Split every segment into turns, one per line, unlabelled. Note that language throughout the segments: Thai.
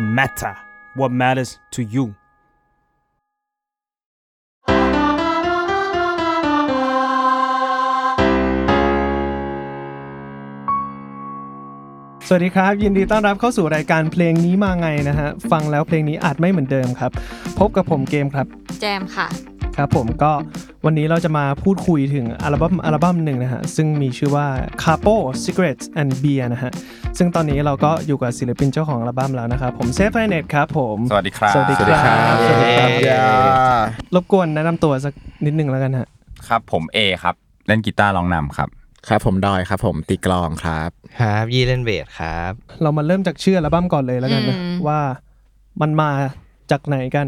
matter what matters to you
สวัสดีครับ ยินดีต้อนรับเข้าสู่รายการเพลงนี้มาไงนะฮะ ฟังแล้วเพลงนี้อาจไม่เหมือนเดิมครับ พบกับผมเกมครับ
แจมค่ะ
ครับ ผมก็วันนี้เราจะมาพูดคุยถึงอัลบั้มอัลบั้มหนึ่งนะฮะ ซึ่งมีชื่อว่า Capo Cigarettes and Beer นะฮะ ซึ่งตอนนี้เราก็อยู่กับศิลปินเจ้าของอัลบั้มแล้วนะครับ ผมเซฟไฟเน็ตครับผม
สวัสดีครับ
สวัสดีครับสวัสดีครับ
เย้
รบกวนแนะนำตัวสักนิดหนึ่งแล้วกันฮะ
ครับผมเอครับ เล่นกีตาร์ร้องนำครับ
ครับผมดอยครับผมตีกลองครับ
ครับยี่เล่นเบสครับ
เรามาเริ่มจากชื่ออัลบั้มก่อนเลยแล้วกันนะ
อืม
ว่ามันมาจากไหนกัน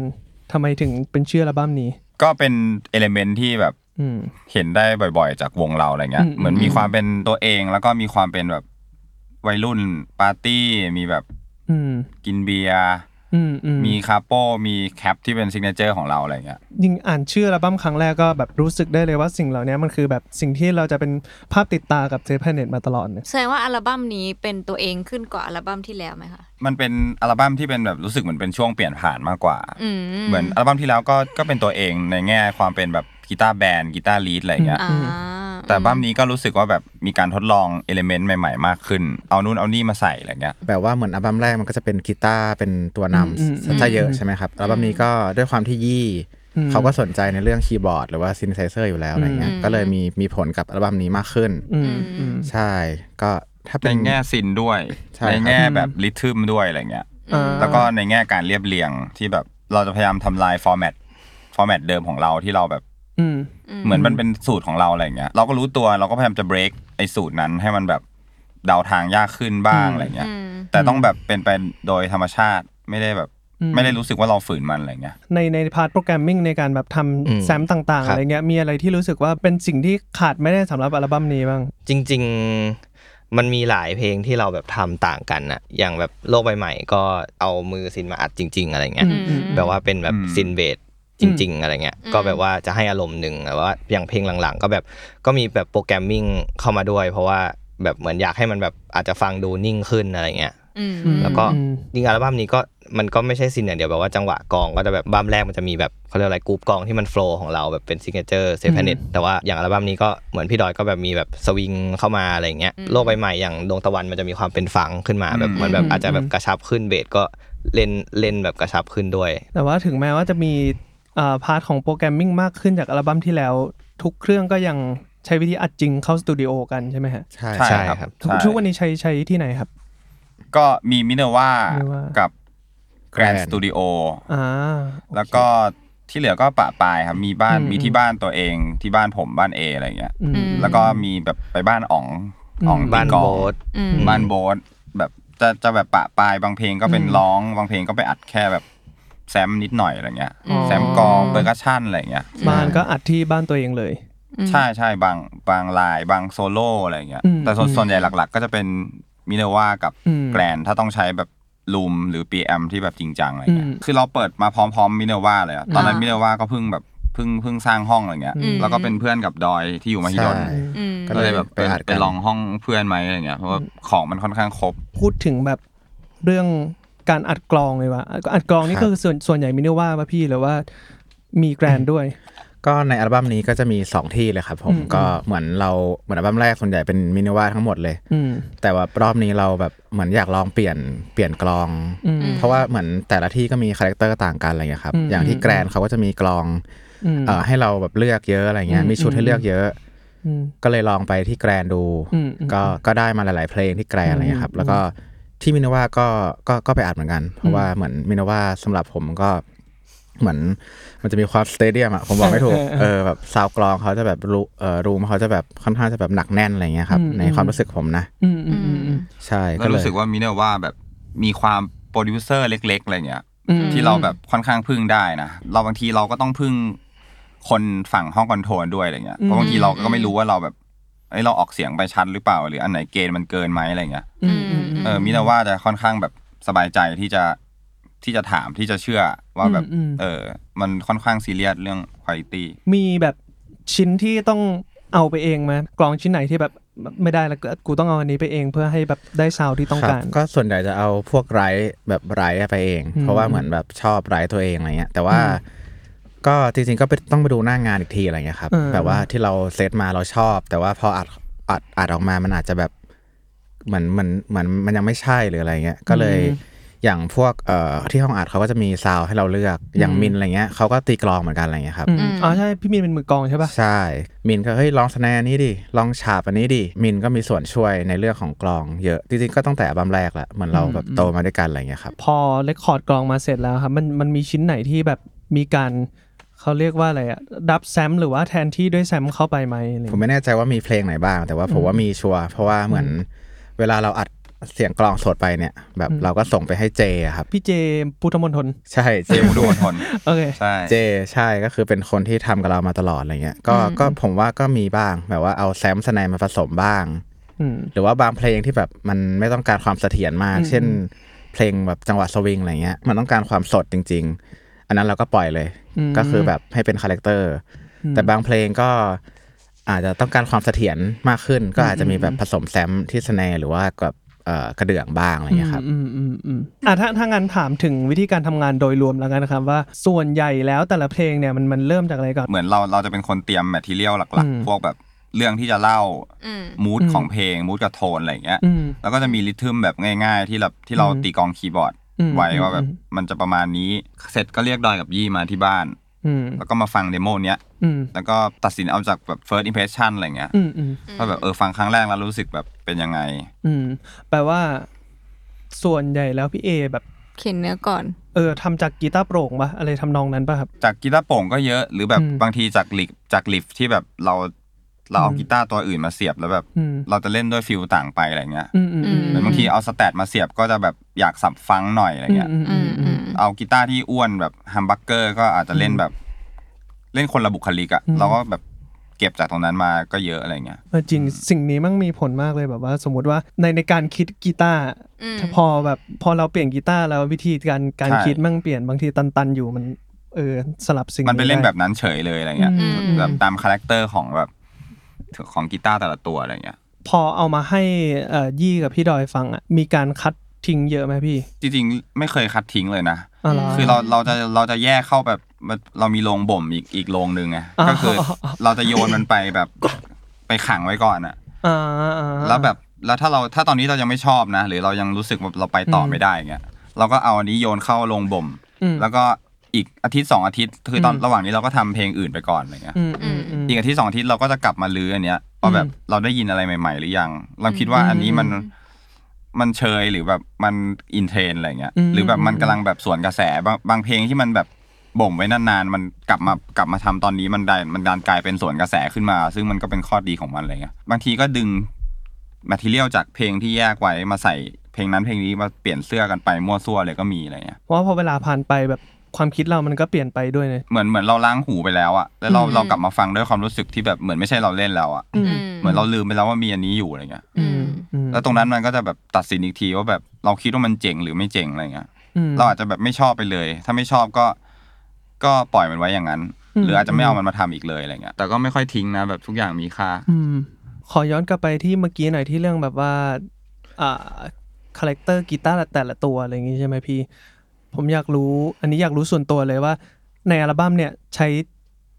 ทำไมถึงเป็นชื่ออัลบั้มนี้
ก็เป็นเอลเมนที่แบบ
อืม
เห็นได้บ่อยๆ จากวงเราอะไรเงี้ย
อืม
เหมือนมีความเป็นตัวเองแล้วก็มีความเป็นแบบวัยรุ่นปาร์ตี้ มีแบบ
อืม
กินเบียร์
อืมอืม
มีคาโป้มีแคปที่เป็นซิกเนเจอร์ของเราอะไรเงี้ย
ยิ่งอ่านชื่ออัลบั้มครั้งแรกก็แบบรู้สึกได้เลยว่าสิ่งเหล่านี้มันคือแบบสิ่งที่เราจะเป็นภาพติดตากับเซฟแพเน็ตมาตลอดเนี่ย
แสดงว่าอัลบั้มนี้เป็นตัวเองขึ้นกว่าอัลบั้มที่แล้วไหมคะ
มันเป็นอัลบั้มที่เป็นแบบรู้สึกเหมือนเป็นช่วงเปลี่ยนผ่านมากกว่า
อืม
เหมือนอัลบั้มที่แล้วก็ก็เป็นตัวเองในแง่ความเป็นแบบกีตาร์แบนด์กีตาร์ลีดอะไรเงี้ย
อ่า
แต่อัลบั้มนี้ก็รู้สึกว่าแบบมีการทดลองเอลเมนต์ใหม่ๆ มากขึ้น เอานู่นเอานี่มาใส่อะไรเงี้ย
แบบว่าเหมือนอัลบั้มแรกมันก็จะเป็นกีตาร์เป็นตัวนำซะเยอะใช่ไหมครับอัลบั้มนี้ก็ด้วยความที่ยี่ เขาก็สนใจในเรื่องคีย์บอร์ดหรือว่าซิน t h เซอร์อยู่แล้วอะไรเงี้ยก็เลยมีมีผลกับอัลบั้มนี้มากขึ้น
อืมอืม
ใช่ก็ถ้าเป็
ใน
น
แง่ซินด้วย
ใช่ครับ
ในแง่แบบริทึมด้วยอะไรเงี้ย
อ่า
แล้วก็ในแง่การเรียบเรียงที่แบบเราจะพยายามทำลายฟอร์แมต ฟอร์แมตเดิมของเราที่เราแบบ
อืม
เหมือนมันเป็นสูตรของเราอะไรเงี้ย เราก็รู้ตัวเราก็พยายามจะ break ไอ้สูตรนั้นให้มันแบบเดาทางยากขึ้นบ้างอะไรเงี้ย
อืม
แต่ต้องแบบเป็นไปโดยธรรมชาติไม่ได้แบบ
อืม
ไม่ได้รู้สึกว่าเราฝืนมันอะไรเงี้ย
ในในพาร์ทโปรแกรมมิ่งในการแบบท
อืม
ำแซมต่าง ๆ
ครับ
อะไรเงี้ยมีอะไรที่รู้สึกว่าเป็นสิ่งที่ขาดไม่ได้สำหรับอัลบั้มนี้บ้าง
จริง ๆ มันมีหลายเพลงที่เราแบบทำต่างกันอะอย่างแบบโลกใบใหม่ก็เอามือซินมาอัดจริง ๆ อะไรเงี้ย
อืมอืมอืม
แบบว่าเป็นแบบ
อืม
ซินเบสจริง ๆ อะไรเงี้ย ก็แบบว่าจะให้อารมณ์หนึ่งแต่ว่าอย่างเพลงหลังๆ ก็แบบก็มีแบบโปรแกรมมิ่งเข้ามาด้วย เพราะว่าแบบเหมือนอยากให้มันแบบอาจจะฟังดูนิ่งขึ้นอะไรเงี้ย
อืม
แล้วก็
อืม
จริงๆอัลบั้มนี้ก็มันก็ไม่ใช่ซินอย่างเดียวแบบว่าจังหวะกลองก็จะแบบบัมแรกมันจะมีแบบเขาเรียกอะไรกรูปกลองที่มันโฟล์ของเราแบบเป็นซิงเกิลเจอร์เซฟเน็ตแต่ว่าอย่างอัลบั้มนี้ก็เหมือนพี่ดอยก็แบบมีแบบสวิงเข้ามาอะไรอย่างเงี้ยโลกใบใหม่อย่างดวงตะวันมันจะมีความเป็นฟังก์ขึ้นมาแบบเหมือนแบบอาจจะแบบกระชับขึ้นเบสก็เล่นเล่นแบบกระชับขึ้นด้วย
แต่ว่าถึงแม้ว่าจะมีอ่าพาร์ทของโปรแกรมมิ่งมากขึ้นจากอัลบั้มที่แล้ว ทุกเครื่องก็ยังใช้วิธีอัดจริงเข้าสตูดิโอกันใช่ไหมฮะ
ใช่
ใช่
ใช่
ครับ
ครับ
ทุก
ใช่
ทุกวันนี้ใช้ใช้ที่ไหนครับ
ก็มีมิเนว่า
Minerva
กับ Grand Studio
อ่า
แล้วก็ที่เหลือก็ปะปลายครับ มีบ้าน
อืม
มีที่บ้านตัวเองที่บ้านผมบ้านเออะไรเงี้ย
อืม
แล้วก็มีแบบไปบ้านอ๋อง
อืม
อ๋อง
บ้าน
ติดกลอ
โบ
ง
ส
อืม
บ้านโบสแบบจะจะแบบปะปลายบางเพลงก็เป็นร้องบางเพลงก็ไปอัดแค่แบบแซมนิดหน่อยอะไรเงี้ย
อ๋อ
แซมกลองเปอร์คัชชั่นอะไรเงี้ย
บ้านก็อัดที่บ้านตัวเองเลย
ใช่ใช่บางบางลายบางโซโล่อะไรเงี้ย
อืม
แต่ส่วน
อืม
ส่วนใหญ่หลัก ๆ ก็จะเป็นมิเนว่ากับ
อืม
แกรนถ้าต้องใช้แบบลูมหรือ PM ที่แบบจริงจังอะไรเงี้
อื
ย
ม
คือเราเปิดมาพร้อมๆมิเนว่าเลยอะตอนนั้น
อ่ามิ
มิเนว่าก็เพิ่งแบบเพิ่งเพิ่งสร้างห้องอะไรเงี้ย
อืม
แล้วก็เป็นเพื่อนกับดอยที่อยู่มหิด
ใช่
ล
อืม
ก็
ก็
เล
เลย ย
แบ
แบบ บ
ไป
ไป
อัด
ไป
กัน
ลองห้องเพื่อนไหมอะไรเงี้ยเพราะว่าของมันค่อนข้างครบ
พูดถึงแบบเรื่องการอัดกลองเลยว่ะอัดกลองนี่ก็คือส่วนส่วนใหญ่มินว่าป่ะพี่หรือว่ามีแกรนด้วย
ก็ในอัลบั้มนี้ก็จะมี 2 ที่เลยครับผม
อืม
ก็เหมือนเราเหมือนอัลบั้มแรกส่วนใหญ่เป็นมินิวาทั้งหมดเลย
อืม
แต่ว่ารอบนี้เราแบบเหมือนอยากลองเปลี่ยนเปลี่ยนกลอง
อืม
เพราะว่าเหมือนแต่ละที่ก็มีคาแรคเตอร์ต่างกันอะไรเงี้ยครับ
อืม
อย่างที่
อืม
แกรนเขาก็จะมีกลอง
อืม
เอ่อให้เราแบบเลือกเยอะอะไรเงี้ย
อืม
มีชุดให้เลือกเยอะ
อืม
ก็เลยลองไปที่แกรนดู
อืมอืม
ก็ก็ได้มาหลาย ๆ เพลงที่แกรนอะไรเงี้ยครับแล้วก็ที่มินว่าก็ก็ก็ไปอัดเหมือนกัน เพราะว่าเหมือนมินว่าสำหรับผมก็เหมือนมันจะมีความสเตเดียมอะผมบอกไม่ถู ก
เออเออ
เออแบบซาวกลองเขาจะแบบรูเอ่อรูมเขาจะแบบค่อนข้างจะแบบหนักแน่นอะไรเงี้ยครับ
อืม
ในความรู้สึกผมนะ
อืมอืมอืมอืม
ใช่
แล้ว
เลย
รู้สึกว่ามิเนว่าแบบมีความโปรดิวเซอร์เล็ก ๆ อะไรเงี้ย
อืม
ที่เราแบบค่อนข้างพึ่งได้นะ เราบางทีเราก็ต้องพึ่งคนฝั่งห้องคอนโทรลด้วยอะไรเงี้ยเพราะบางทีเราก็ไม่รู้ว่าเราแบบเอ้ยเราออกเสียงไปชัดหรือเปล่าหรืออันไหนเกณฑ์มันเกินไหมอะไรเงี้ย
อืมอืม
เออมินาว่าจะค่อนข้างแบบสบายใจที่จะที่จะถามที่จะเชื่อว่าแบบ
อืมอืม
เออ มันค่อนข้างซีเรียสเรื่องคุณภาพ
มีแบบชิ้นที่ต้องเอาไปเองไหมกลองชิ้นไหนที่แบบ ไม่ได้แล้วกูต้องเอาอันนี้ไปเองเพื่อให้แบบได้ซาวด์ที่ต้อง
คบ
การ
ก็ส่วนใหญ่จะเอาพวกไร้แบบไร้ไปเอง
อืม
เพราะว่าเหมือนแบบชอบไร้ตัวเองอะไรเงี้ยแต่ว่า
อืม
ก็จริงๆก็ไปต้องไปดูหน้างานอีกทีอะไรเงี้ยครับ
เออ
แบบว่าที่เราเซตมาเราชอบ แต่ว่าพออัดอัดอัดออกมามันอาจจะแบบเหมือนเหมือนเหมือนมันยังไม่ใช่หรืออะไรเงี้ยก็เลยอย่างพวกเอ่อที่ห้องอัดเขาก็จะมีซาวด์ให้เราเลือกอย่างมินอะไรเงี้ยเขาก็ตีกลองเหมือนกันอะไรเงี้ยครับ
อืมอ๋อใช่พี่มีนเป็นมือกลองใช่ป่ะ
ใช่ มินก็เฮ้ยลองสแนนนี้ดิ ลองฉาบอันนี้ดิ มินก็มีส่วนช่วยในเรื่องของกลองเยอะ จริงๆก็ตั้งแต่อัลบัมแรกแหละ เหมือนเราแบบโตมาด้วยกันอะไรเงี้ยครับ
พอเรคคอร์ดกลองมาเสร็จแล้วครับมันมันมีชิ้นไหนที่แบบมีการเขาเรียกว่าอะไรอะดับแซมหรือว่าแทนที่ด้วยแซมเข้าไปไหมอะไร
ผมไม่แน่ใจว่ามีเพลงไหนบ้าง แต่ว่าผมว่ามีชัวร์เพราะว่าเหมือนเวลาเราอัดเสียงกลองสดไปเนี่ย แบบเราก็ส่งไปให้เจอะครับ
พี่เจพุทธมนทน
ใช่เจ
เจมดูอดทน
โอเค
ใช่
เจใช่ก็คือเป็นคนที่ทำกับเรามาตลอดอะไรเงี้ย ก็ก็ผมว่าก็มีบ้างแบบว่าเอาแซมสแนนมาผสมบ้าง
อืม
หรือว่าบางเพลงที่แบบมันไม่ต้องการความเสถียรมาก
อืม
เช่น เพลงแบบจังหวะสวิงอะไรเงี้ย มันต้องการความสดจริง ๆ อันนั้นเราก็ปล่อยเลย
ม
ก็คือแบบให้เป็นคาแรคเตอร์
อืม
แต่บางเพลงก็อาจจะต้องการความเสถียรมากขึ้น ก็อาจจะมีแบบผสมแซมที่สแนร์หรือว่ากับเอ่อกระเดื่องบ้างอะไรเงี้ยครับ
อืมอืมอืมอ่ะถ้าถ้างั้นถามถึงวิธีการทำงานโดยรวมแล้วกันนะครับ ว่าส่วนใหญ่แล้วแต่ละเพลงเนี่ยมันมันเริ่มจากอะไรก่อน
เหมือนเราเราจะเป็นคนเตรียมแมททีเรียลหลัก
อืม
ๆ พวกแบบเรื่องที่จะเล่า
อืม
มูดของเพลงมูดกับโทนอะไรอย่างเงี้ย
อืม
แล้วก็จะมีริทึมแบบง่ายๆ ที่แบบที่เรา
อืม
ตีกลองคีย์บอร์ด
อืม
ไว้ว่าแบ
อื
บ
ม
มันจะประมาณนี้เสร็จก็เรียกดอยกับยี่มาที่บ้าน
อืม
แล้วก็มาฟังเดโมเนี้ย
อืม
แล้วก็ตัดสินเอาจากแบบ first impression อะไรเงี้ย
อืมอืม
ว่าแบบเออฟังครั้งแรกแล้วรู้สึกแบบเป็นยังไง
อืมแปลว่า ส่วนใหญ่แล้วพี่เอแบบ
เขียนเนื้อก่อน
เออทำจากกีตาร์โปร่งปะอะไรทำนองนั้นปะครับ
จากกีตาร์โปร่งก็เยอะหรือแบบ
อืม
บางทีจากลิฟจากลิฟที่แบบเราเราเอา
อืม
กีตาร์ตัวอื่นมาเสียบแล้วแบบ
อืม
เราจะเล่นด้วยฟิลต่างไปอะไรเงี้ย
อืมอืมอืม
เหมือนบางทีเอาสแตทมาเสียบก็จะแบบอยากสับฟังหน่อยอะไรเงี้ย
อืมอื
อื
ม
ม
อื
อื
ม
ม
เอากีตาร์ที่อ้วนแบบฮัมบักเกอร์ก็อาจจะเล่นแบบ เล่นคนละบุคลิกอะ
อืม
เราก็แบบเก็บจากตรงนั้นมาก็เยอะอะไรเงี้ย
เออจริงสิ่งนี้มั่งมีผลมากเลยแบบว่า สมมติว่าในในการคิดกีตาร์
อืม
ถ้าพอแบบพอเราเปลี่ยนกีตาร์แล้ววิธีการการ
ใช่
คิดมั่งเปลี่ยนบางทีตันๆอยู่มัน เออสลับสิ่ง
มันไปเล่น
ได้
แบบนั้นเฉยเลยอะไรเงี้ย
อืม
แบบตามคาแรคเตอร์ของแบบของกีตาร์แต่ละตัวอะไรเงี้ย
พอเอามาให้เอ่อยี่กับพี่ดอยฟังอ่ะมีการคัดทิ้งเยอะไหมพี่
จริงๆ ไม่เคยคัดทิ้งเลยนะ
อ๋อห
คือเราเราจะเราจะแยกเข้าแบบมันเรามีโรงบ่มอีกอีกโรงหนึ่งไง
อ๋อ
ก็คือเราจะโยนมันไป แบบไปขังไว้ก่อนอะ
อ่าอ่า
แล้วแบบแล้วถ้าเราถ้าตอนนี้เรายังไม่ชอบนะ หรือเรายังรู้สึกว่าเราไปต่ออ
ม
ไม่ได้เงี้ยเราก็เอาอันนี้โยนเข้าโรงบ่ม
อืม
แล้วก็อีกอาทิตย์สองอาทิตย์คือตอน
อืม
ระหว่างนี้เราก็ทำเพลงอื่นไปก่อนอะไรเงี้ย
อืมอืมอืม
อีกอาทิตย์สองอาทิตย์เราก็จะกลับมาลื้ออันเนี้ยว่าแบบ
อืม
เราได้ยินอะไรใหม่ ๆ หรือยัง เราคิดว่าอันนี้มันมันเชยหรือแบบมันอินเทรนอะไรเงี้ย
อืม
หรือแบบมันกำลังแบบสวนกระแสบางบางเพลงที่มันแบบบ่มไว้นานๆมันกลับมากลับมาทำตอนนี้มันได้มันดันกลายเป็นสวนกระแสขึ้นมา ซึ่งมันก็เป็นข้อดีของมันอะไรเงี้ยบางทีก็ดึงแมทเทียลจากเพลงที่แยกไว้มาใส่เพลงนั้นเพลงนี้มาเปลี่ยนเสื้อกันไปมั่วซั่วเลยก็มีอะไรเงี้ย
เพราะว่าพอเวลาผ่านไปแบบความคิดเรามันก็เปลี่ยนไปด้วยเลย
เหมือนเหมือนเราล้างหูไปแล้วอะแล้วเรา
อืม
เรากลับมาฟังด้วยความรู้สึกที่แบบเหมือนไม่ใช่เราเล่นแล้วอะ
อืม
เหมือนเราลืมไปแล้วว่ามีอันนี้อยู่อะไรเงี้ย
อืมอืม
แล้วตรงนั้นมันก็จะแบบตัดสินอีกทีว่าแบบเราคิดว่ามันเจ๋งหรือไม่เจ๋งอะไรเงี้ย
อืม
เราอาจจะแบบไม่ชอบไปเลย ถ้าไม่ชอบก็ ก็ปล่อยมันไว้อย่างนั้น
อืม
หรืออาจจะไม่เอามันมาทำอีกเลยอะไรเงี้ย แต่ก็ไม่ค่อยทิ้งนะแบบทุกอย่างมีค่า
อืมขอย้อนกลับไปที่เมื่อกี้หน่อยที่เรื่องแบบว่าอ่าคาแรคเตอร์กีตาร์แต่ละตัวอะไรอย่างงี้ใช่ไหมพี่ ผมอยากรู้ อันนี้อยากรู้ส่วนตัวเลยว่า ในอัลบั้มเนี่ยใช้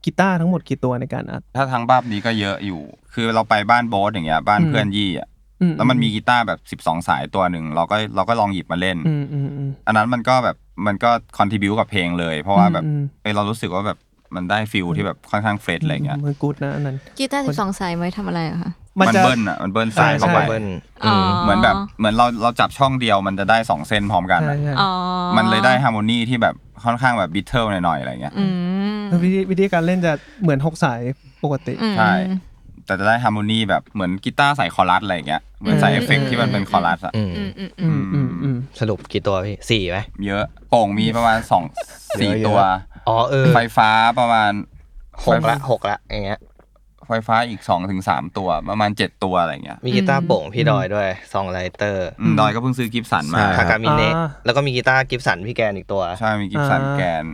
กีตาร์ทั้งหมดกี่ตัวในการอัด
ถ้าทางบ้านนี้ก็เยอะอยู่ คือเราไปบ้านโบสอย่างเงี้ย บ้าน
อืม
เพื่อนยี่อะ
อื
แล้วมันมีกีตาร์แบบ 12 สายตัวหนึ่งเราก็เราก็ลองหยิบมาเล่น
อืมอืมอืม
อันนั้นมันก็แบบมันก็คอนทิบิวกับเพลงเลย เพราะว่าแบบ
อืม
เอยเรารู้สึกว่าแบบมันได้ฟิลที่แบบค่อนข้างเฟรชอะไรเงี้ย
มันกูดนะอันนั้น
กีตาร์สิบสองสายไว้ทำอะไรอะคะ
มันเบิ้ลอ่ะ มันเบิ้ลสาย
ใช่
เข้าไป
เบิ้ล
อ๋อ
เหมือนแบบเหมือนเราเราจับช่องเดียวมันจะได้สองเส้นพร้อมกัน
ใช่
อะ
ใช่
อ๋อ
มันเลยได้ฮาร์โมนีที่แบบค่อนข้างแบบบิทเทิลหน่อยๆอะไรเงี้ย
อืม
แล้ววิธีวิธีการเล่นจะเหมือนหกสายปกติ
อืม
ใช่ แต่จะได้ฮาร์โมนีแบบเหมือนกีตาร์ใส่คอรัสอะไรเงี้ย เหมือนใส่เอฟเฟกต์ที่มันเป็นคอรัสอะ
อืม
อืมอืม
อื
อืม
มอืมอืม
สรุปกี่ตัวพี่สี่ไหม
เยอะโป่งมีประมาณสองสี่ตัว
อ๋อเออ
ไฟฟ้าประมาณ
หกละหกละอย่างเงี้ย
ไฟฟ้าอีกสองถึงสามตัวประมาณเจ็ดตัวอะไรเงี้ย
มีกีตาร์โปร่งพี่ดอยด้วยซองไรเตอร์
อืมดอยก็เพิ่งซื้อกิฟสันมา
ใช่
ทากามิเนะแล้วก็มีกีตาร์กิฟสันพี่แกนอีกตัว
ใช่มีกิฟสันแกน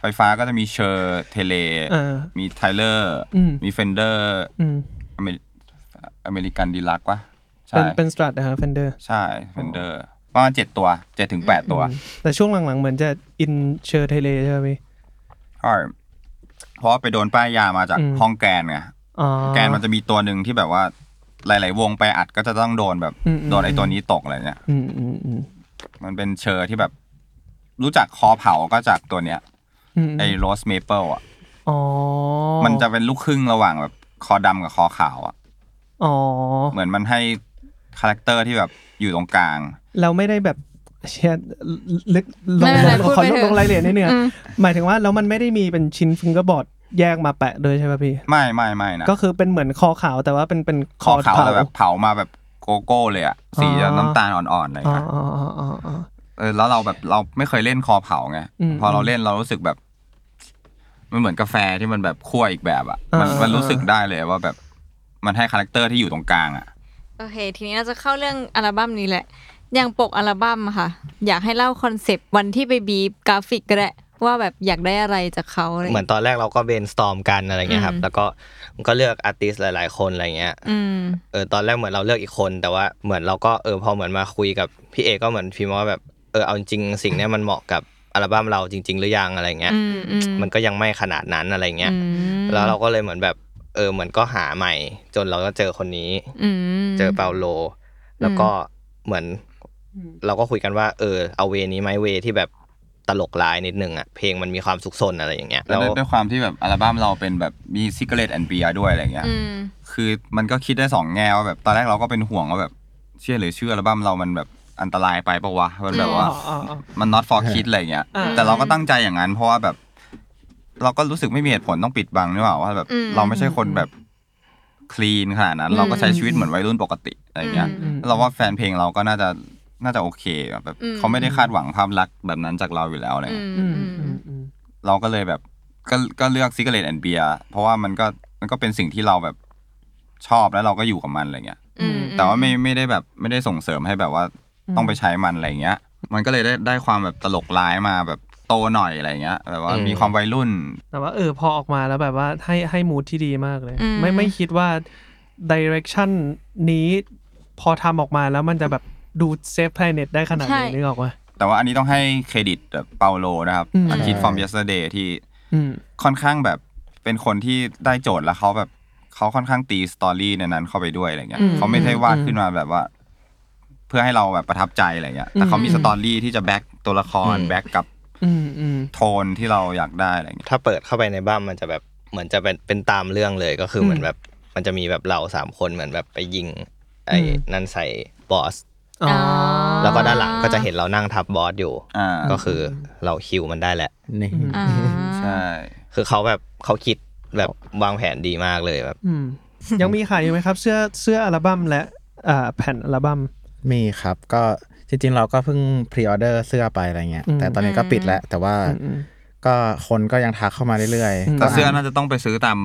ไฟฟ้าก็จะมีเชอร์เทเล
อ่า
มีไทเลอร์
อืม
มีเฟนเดอร์
อืม
มี อเมริกันดีลักวะใช่
เป็นเป็นสตรัทนะฮะเฟนเดอร์
ใช่เฟนเดอร์ประมาณเจ็ดตัวเจ็ดถึงแปดตัว
แต่ช่วงหลังๆ เหมือนจะอินเชอร์เทเลใช่ไหมพี่
ใช่เพราะว่าไปโดนป้ายยามาจาก
อืม
ห้องแกนไง
อ๋อ
แกนมันจะมีตัวหนึ่งที่แบบว่าหลาย ๆ วงไปอัดก็จะต้องโดนแบบ
อืมอืม
โดนไอ้ตัวนี้ตกอะไรเนี่ย
อืมอืมอืม
มันเป็นเชอร์ที่แบบ รู้จักคอเผาก็จากตัวเนี้ย
อืม
ไอ้โรสเมเปิลอ่ะ
อ๋อ
มันจะเป็นลูกครึ่งระหว่างแบบคอดำกับคอขาวอ่ะ
อ๋อ
เหมือนมันให้คาแรคเตอร์ที่แบบอยู่ตรงกลาง
เราไม่ได้แบบเชียลึกล
ไม่
ง
เป็นไร
ลง
พูด
ขอ
ไป
ลง
เถอะ
ลงรายละเอียดนิดนึงอะ
อืม
หมายถึงว่าแล้วมันไม่ได้มีเป็นชิ้นฟิงเกอร์บอร์ดแยกมาแปะด้วยใช่ป่ะพี่
ไม่ไม่ไม่นะ
ก็คือเป็นเหมือนคอขาวแต่ว่าเป็นเป็นค
คอ
อ
ขาว
เผา
แล้วแบบเผามาแบบโกโก้เลยอ่ะสี
อ๋อ
น้ำตาลอ่อน ๆ อะไร
อ๋อ
เงี้ย
อ๋ออ๋ออ๋ออ๋อ
เออแล้วเราแบบเราไม่เคยเล่นคอเผาไง
อืม
พอเราเล่นเรารู้สึกแบบ มันเหมือนกาแฟที่มันแบบคั่วอีกแบบอ่ะมัน
อ่ามั
มันรู้สึกได้เลยว่าแบบมันให้คาแรคเตอร์ที่อยู่ตรงกลางอ่ะ
โอเค ทีนี้เราจะเข้าเรื่องอัลบั้มนี้แหละ อย่างปกอัลบั้มอะค่ะ อยากให้เล่าคอนเซปต์วันที่ไปบีบกราฟิกก็ได้ ว่าแบบอยากได้อะไรจากเขาอะไร
เหมือนตอนแรกเราก็เบนสตอมกันอะไรเงี้ยครับ แล้วก็มันก็เลือกอาร์ติสหลาย ๆ คนอะไรเงี้ย
อืม
เออตอนแรกเหมือนเราเลือกอีกคน แต่ว่าเหมือนเราก็เออพอเหมือนมาคุยกับพี่เอกก็เหมือนพิมพ์ว่าแบบเออเอาจริงๆสิ่งเนี้ยมันเหมาะกับอัลบั้มเราจริง ๆ หรือยังอะไรเงี้ย
อืมอืม
มันก็ยังไม่ขนาดนั้นอะไรเงี้ย
อืม
แล้วเราก็เลยเหมือนแบบเออเหมือนก็หาใหม่ จนเราก็เจอคนนี้
อืม
เจอเปาโล แล้วก็เหมือนเราก็คุยกันว่า เออ เอาเวนี้ไหมเวที่แบบตลกร้ายนิดนึงอ่ะเพลงมันมีความสุขสนอะไรอย่างเงี้ย
แล้
แล้วว
ด้วยด้วยความที่แบบอัลบั้มเราเป็นแบบมีซิกเ r ลตแอนเบียด้วยอะไรเงี้ย
อืม
คือมันก็คิดได้สองแง่ว่าแบบตอนแรกเราก็เป็นห่วงว่าแบบเชื่อหรือเชื่ออัลบั้มเรามันแบบอันตรายไปปะวะมันแบบว่า
อ๋ออ๋ออ๋อ
มัน not for kids อะไรเงี้ย
อ่า
แต่เราก็ตั้งใจอย่างนั้น เพราะว่าแบบ เราก็รู้สึกไม่มีเหตุผลต้องปิดบังหรือเปล่าว่าแบบ
อืม
เราไม่ใช่คนแบบคลีนขนาดนั้น
อืม
เราก็ใช้ชีวิตเหมือนวัยรุ่นปกติอะไรเงี้ย
อืม
เราว่าแฟนเพลงเราก็น่าจะน่าจะโอเคแบบ
อืม
เขาไม่ได้คาดหวังภาพลักษณ์แบบนั้นจากเราอยู่แล้วอะไร
อื
เงี้ย
ม
อืม
อืม
อืมอืม
เราก็เลยแบบก็ก็เลือกซิกเ r ลตแอนเบียเพราะว่ามันก็มันก็เป็นสิ่งที่เราแบบชอบแล้วเราก็อยู่กับมันอะไรเงี้ย
อืม
แต่ว่าไม่ไม่ได้แบบไม่ได้ส่งเสริมให้แบบว่าต้องไปใช้มันอะไรเงี้ย มันก็เลยได้ได้ความแบบตลกร้ายมาแบบโตหน่อยอะไรเงี้ยแบบว่า
อืม
มีความวัยรุ่น
แต่ว่าเออพอออกมาแล้วแบบว่าให้ให้มูดที่ดีมากเลย
อืม
ไม่ไม่คิดว่าดิเรกชันนี้พอทำออกมาแล้วมันจะแบบดูเซฟแพลเน็ตได้ขนาดไหนนึกออกปะ
แต่ว่าอันนี้ต้องให้เครดิตแบบเปาโลนะครับ
อืม
อันคิดฟอร์ม yesterday ที่
อืม
ค่อนข้างแบบเป็นคนที่ได้โจทย์แล้วเขาแบบเขาค่อนข้างตีสตอรี่ในนั้นเข้าไปด้วยอะไรเงี้ย
อืม
เขาไม่ใช่วาดขึ้นมาแบบว่า เพื่อให้เราแบบประทับใจอะไรเงี้ยแต่เขามีสตอรี่ที่จะแบ็กตัวละคร
อืม
แบ็กกับ
อืมอืม
โทนที่เราอยากได้อะไรเงี้ย
ถ้าเปิดเข้าไปในบ้านมันจะแบบเหมือนจะเป็นเป็นตามเรื่องเลยก็คืออ
ม
เหมือนแบบมันจะมีแบบเราสามคนเหมือนแบบไปยิงไอ้
อืม
นั่นใส่บอส
อ๋อ
แล้วก็ด้านหลังก็จะเห็นเรานั่งทับบอสอยู่
อ่า
ก็คือเราคิวมันได้แหละ
นี่
อ่า
ใช่
คือเขาแบบเขาคิดแบบวางแผนดีมากเลยแบบ
อืม ยังมีขายอยู่ไหมครับ เสื้อเสื้ออัลบั้มและอ่าแผ่นอัลบั้ม
มีครับก็จริงๆ เราก็เพิ่งพรีออเดอร์เสื้อไปอะไรเงี้ย
อืม
แต่ตอนนี้ก็ปิดแล้ว แต่ว่า
อืม
ก็คนก็ยังทักเข้ามาเรื่อย
อืม
ๆ
แต่
ก็
เสื้อน่าจะต้องไปซื้อตาม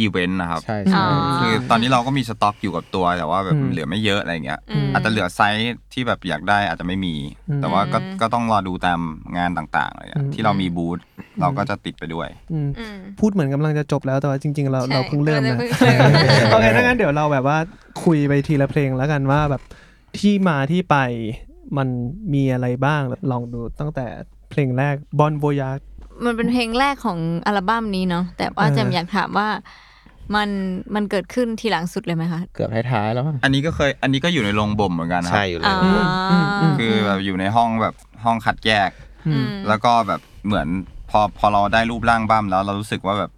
อีเวนต์นะครับ
ใช่
อ๋
ใช่
อ
คือตอนนี้เราก็มีสต็อกอยู่กับตัว แต่ว่าแบบ
อืม
เหลือไม่เยอะอะไรเงี้ย
ม
อาจจะเหลือไซส์ที่แบบอยากได้อาจจะไม่มี แต่ว่าก็ก็ต้องรอดูตามงานต่างๆอะไรเงี้ยที่เรามีบูธเราก็จะติดไปด้วย
อืม
อืม
พูดเหมือนกำลังจะจบแล้วแต่ว่าจริง ๆ เรา
ใช่
เราเพิ่งเริ่มนะ
เราเพิ่ง
โอเค
เริ่ม
ถ้างั้นเดี๋ยวเราแบบว่าคุยไปทีละเพลงแล้วกันว่าแบบที่มาที่ไปมันมีอะไรบ้างลองดูตั้งแต่เพลงแรกบอนโ y ยา
มันเป็นเพลงแรกของอัลบั้มนี้เนาะแต่ว่า
เออ
แจมอยากถามว่ามันมันเกิดขึ้นทีหลังสุดเลยไหมคะ
เกือบท้ายๆแล้วมั้ง
อันนี้ก็เคยอันนี้ก็อยู่ในโรงบ่มเหมือนกันครั
ใช่อยู่เล
อ่าย
อืมอืม
คือแบบอยู่ในห้องแบบห้องคัดแยก
อืม
แล้วก็แบบเหมือนพอพอเราได้รูปร่างบั้มแล้วเรารู้สึกว่าแบบ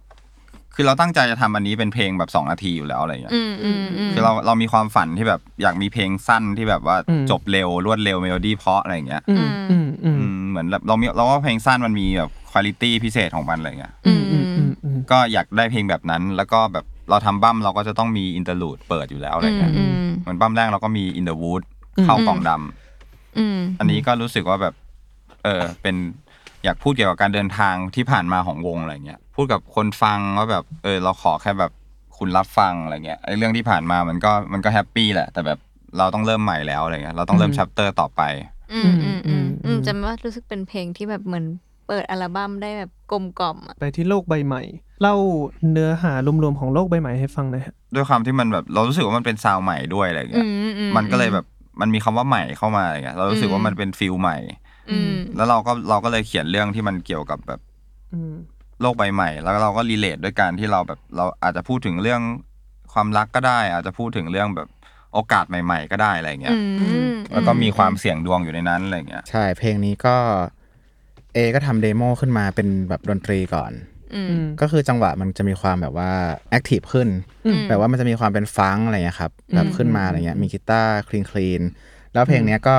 คือเราตั้งใจจะทำอันนี้เป็นเพลงแบบสองนาทีอยู่แล้วอะไรเงี้ย
อืมอืมอืม
คือเราเรามีความฝันที่แบบอยากมีเพลงสั้นที่แบบว่า
อืม
จบเร็วรวดเร็วเมโลดี้เพราะอะไรอย่างเงี้ย
อืมอืมอืม
อืมเหมือนแบบเรามีเราว่าเพลงสั้นมันมีแบบคุณลิตี้พิเศษของมันอะไรเงี้ย
อืมอืมอืมอืม
ก็อยากได้เพลงแบบนั้น แล้วก็แบบเราทำบั้มเราก็จะต้องมีอินเตอร์ลูดเปิดอยู่แล้วอะไรเงี้ย
อืมอืม
เหมือนบั้มแรกเราก็มีอินเดอะวูดเข้ากล่องดำ
อืม
อันนี้ก็รู้สึกว่าแบบ เออเป็นอยากพูดเกี่ยวกับการเดินทางที่ผ่านมาของวงอะไรเงี้ยพูดกับคนฟังว่าแบบเออเราขอแค่แบบคุณรับฟังอะไรเงี้ยไอ้เรื่องที่ผ่านมามันก็มันก็แฮปปี้แหละ แต่แบบเราต้องเริ่มใหม่แล้วอะไรเงี้ยเราต้องเริ่ม
อืม
ชัปเตอร์ต่อไป
อืมอืมอืมอืมจำว่ารู้สึกเป็นเพลงที่แบบเหมือน เปิดอัลบั้มได้แบบกลมกล่อมอะ
ไปที่โลกใบใหม่ เล่าเนื้อหารวมๆของโลกใบใหม่ให้ฟังหน่อยฮะ
ด้วยความที่มันแบบเรารู้สึกว่ามันเป็นซาวด์ใหม่ด้วยอะไรเงี้ย มันก็เลยแบบมันมีคำว่าใหม่เข้ามาอะไรเงี้ยเรารู้สึกว่า
อืม
มันเป็นฟิลใหม่
อืม
แล้วเราก็เราก็เลยเขียนเรื่องที่มันเกี่ยวกับแบบ
อืม
โลกใบใหม่ แล้วเราก็รีเลทด้วยการที่เราแบบเราอาจจะพูดถึงเรื่องความรักก็ได้ อาจจะพูดถึงเรื่องแบบโอกาสใหม่ ๆ ก็ได้อะไรเงี้ย
อืม
แล้วก็มีความเสี่ยงดวงอยู่ในนั้นอะไรเงี้ย
ใช่ เพลงนี้ก็เอก็ทำเดโมขึ้นมาเป็นแบบดนตรีก่อน
อืม
อืม
ก็คือจังหวะมันจะมีความแบบว่าแอคทีฟขึ้น
อืม
แบบว่ามันจะมีความเป็นฟังก์อะไรเงี้ยครับ แบบ
อืม
ขึ้นมาอะไรเงี้ย มีกีตาร์คลีนคลีนแล้วเพลงเนี้ยก็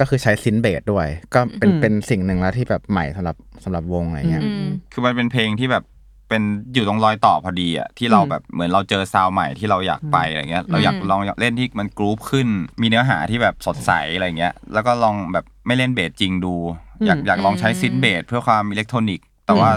ก็คือใช้ซินเบสด้วย ก็เป็น
อืม
เป็นสิ่งหนึ่งแล้วที่แบบใหม่สำหรับสำหรับวงอะไรเงี้ย
อืม
คือมันเป็นเพลงที่แบบเป็นอยู่ตรงรอยต่อพอดีอ่ะที่เราแบบเหมือนเราเจอซาวด์ใหม่ที่เราอยากไปอะไรเงี้ย เราอยาก
อืม
ลองเล่นที่มันกรุ๊ปขึ้น มีเนื้อหาที่แบบสดใสอะไรเงี้ย แล้วก็ลองแบบไม่เล่นเบสจริงดู อยากอยากลองใช้ซินเบสเพื่อความอิเล็กทรอนิกส์แต่ว่า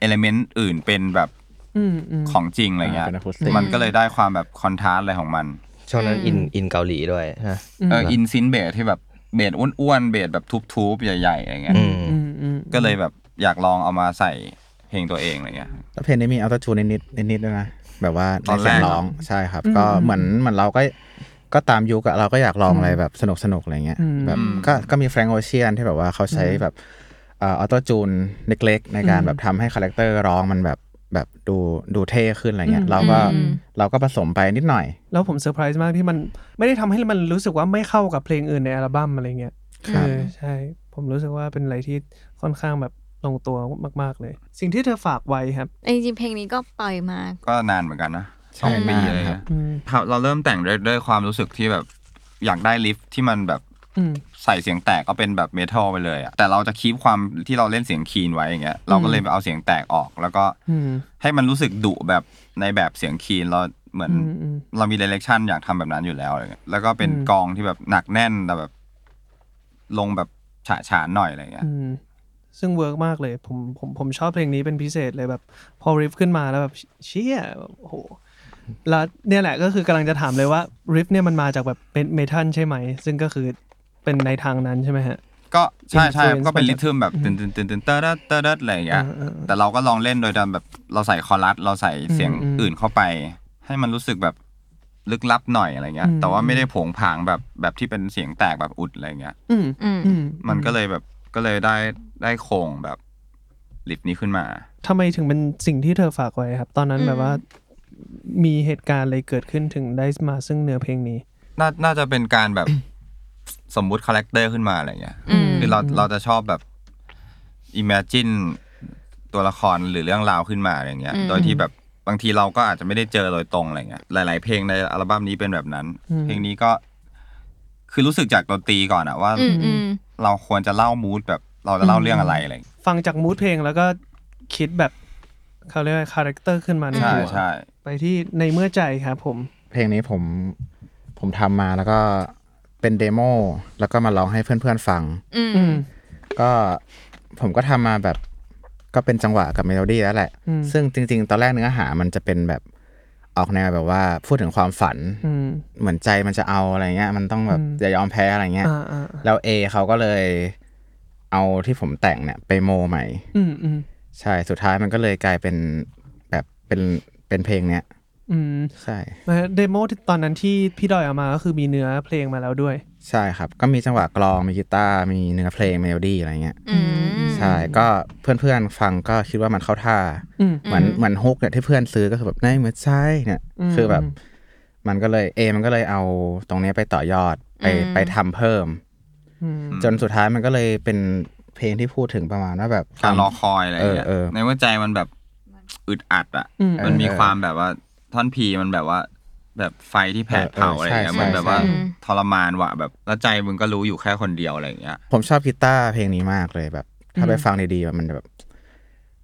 เอลเมนต์อื่นเป็นแบบ
อืมอืม
ของจริงอะไรเงี้ย
เป็นอะคูสติก
มันก็เลยได้ความแบบคอนทราสต์อะไรของมัน
ช่วงนั้น
อืม
อินอินเกาหลีด้วยฮะ
อืม
เอออินซินเบสที่แบบเบสอ้วนๆเบสแบบทุบๆใหญ่ๆอะไรเงี้ย
อืม
อืมอืม
ก็เลยแบบอยากลองเอามาใส่เพลงตัวเองอะไรเงี้ย
แล้วเพลงนี้มีอัลตจูนนิดๆนิดๆด้วยนะแบบว่า
ตอน
ใน
แรก
เสียงร้องใช่ครับ ก็เหมือนเหมือนเราก็ก็ตามยุคอะเราก็อยากลองอะไรแบบสนุกสนุกๆอะไรเงี้ยแบบก็ก็มีแฟรงโอเชียนที่แบบว่าเขาใช้แบบเอ่ออัลตจูนเล็กๆ ในการแบบทำให้คาแรคเตอร์ร้องมันแบบแบบดูดูเท่ขึ้นอะไรเงี้ยเราก็
อืม
เราก็ผสมไปนิดหน่อย
แล้วผมเซอร์ไพรส์มากที่มันไม่ได้ทำให้มันรู้สึกว่าไม่เข้ากับเพลงอื่นในอัลบั้มอะไรเงี้ย
ครับ
เออใช่ ผมรู้สึกว่าเป็นอะไรที่ค่อนข้างแบบลงตัวมาก ๆเลย สิ่งที่เธอฝากไว้ครับ
จริงๆเพลงนี้ก็ปล่อยมา
ก็นานเหมือนกันนะส
ใช่
องปี
นาน
อะไร
ครั
เงี้
บ
ย
อืม
ครับเราเริ่มแต่งด้วยด้วยความรู้สึกที่แบบอยากได้ลิฟท์ที่มันแบบ
อืม
ใส่เสียงแตกก็เป็นแบบเมทัลไปเลยอะแต่เราจะคีปความที่เราเล่นเสียงคีนไว้อย่างเงี้ยเราก็เลยเอาเสียงแตกออก แล้วก็
อืม
ให้มันรู้สึกดุแบบในแบบเสียงคีนเราเหมือน
อืมอืม
เรามีเดเรคชั่นอยากทำแบบนั้นอยู่แล้วอะไรเงี้ยแล้วก็เป็น
อืม
กลองที่แบบหนักแน่นแต่แบบ ลงแบบฉาฉานหน่อยอะไรเงี้ย
อืมซึ่งเวิร์กมากเลยผมผมผมชอบเพลงนี้เป็นพิเศษเลยแบบ พอริฟขึ้นมาแล้วแบบเชี่ยโอ้โหแล้วเนี่ยแหละก็คือกำลังจะถามเลยว่าริฟเนี่ยมันมาจากแบบเป็นเมทัลใช่ไหม ซึ่งก็คือเป็นในทางนั้นใช่ไหมฮะ
ก็ใช่ใช่
influence
ก็เป็น
มาจาก
ริทึมแบบตึนตึนตึนตึนเตอร์เตอร์เตอร์เตอร์อะไรเงี้ย
เออเออเออ
แต่เราก็ลองเล่นโดยการแบบเราใส่คอรัสเราใส่เสียง
อืมอืม
อื่นเข้าไป ให้มันรู้สึกแบบลึกลับหน่อยอะไรเงี้ย
อืม
แต่ว่าไม่ได้โผงผางแบบแบบที่เป็นเสียงแตกแบบอุดอะไรเงี้ย
อืม
อืม
อืม
มันก็เลยแบบก็เลยได้ได้โครงแบบลิฟต์นี้ขึ้นมา
ทำไมถึงเป็นสิ่งที่เธอฝากไว้ครับ ตอนนั้นแบบว่า มีเหตุการณ์อะไรเกิดขึ้นถึงได้มาซึ่งเนื้อเพลงนี้
น่าน่าจะเป็นการแบบ สมมุติคาแรคเตอร์ขึ้นมาอะไรเงี้ย
อืม
คือเราเราจะชอบแบบ imagine ตัวละครหรือเรื่องราวขึ้นมาอะไรเงี้ย โดยที่แบบบางทีเราก็อาจจะไม่ได้เจอโดยตรงอะไรเงี้ย หลาย ๆ เพลงในอัลบั้มนี้เป็นแบบนั้น เพลงนี้ก็ คือรู้สึกจากดนตรีก่อนอะว่า
อืมอืม
เราควรจะเล่ามูดแบบเราจะเล่าเรื่องอะไรอะไรเงี้ย
ฟังจากมูดเพลงแล้วก็คิดแบบเขาเรียกว่าคาแรคเตอร์ขึ้นมาใน
ใช่
หัว
ใช่
ไปที่ในเมื่อใจครับผม
เพลงนี้ผมผมทำมาแล้วก็เป็นเดโมแล้วก็มาร้องให้เพื่อนๆฟัง
อืม
อืม
ก็ผมก็ทำมาแบบก็เป็นจังหวะกับเมโลดี้แล้วแหละ
อืม
ซึ่งจริง ๆ ตอนแรกเนื้อหามันจะเป็นแบบออกแนวแบบว่าพูดถึงความฝัน
อืม
เหมือนใจมันจะเอาอะไรเงี้ย มันต้องแบบ
อืม
อย่ายอมแพ้อะไรเงี้ย
อ่าอ่าอ่า
แล้วเอเขาก็เลยเอาที่ผมแต่งเนี่ยไปโมใหม่
อืมอืม
ใช่สุดท้ายมันก็เลยกลายเป็นแบบเป็นเป็นเพลงเนี้ย
อืม
ใช่
เดโมที่ตอนนั้นที่พี่ดอยเอามาก็คือมีเนื้อเพลงมาแล้วด้วย
ใช่ครับ ก็มีจังหวะกลองมีกีตาร์มีเนื้อเพลงเมโลดี้อะไรเงี้ย
อืม
ใช่ ก็เพื่อนๆฟังก็คิดว่ามันเข้าท่า
อืม
เหมือนเหมือนฮุกเนี่ยที่เพื่อนซื้อก็คือแบบในเหมือนใช่เนี่ยคือแบบ มันก็เลยเอ มันก็เลยเอาตรงเนี้ยไปต่อยอดไป
อืม
ไปทำเพิ่ม
อืม
จนสุดท้ายมันก็เลยเป็นเพลงที่พูดถึงประมาณว่าแบบ
การรอคอยอะไรอย่างเงี้ย
เออเออ
ในหัว่าใจมันแบบอึดอัดอ่ะ
อืม
มันมีความแบบว่าท่อนพีมันแบบว่า แบบไฟที่แผดเผาอะไรอย่างเงี้ย มันแบบว่าทรมานว่ะแบบแล้วใจมึงก็รู้อยู่แค่คนเดียวอะไรอย่างเงี้ย
ผมชอบกีตาร์เพลงนี้มากเลยแบบ ถ้าไปฟังดีๆแบบมันแบบ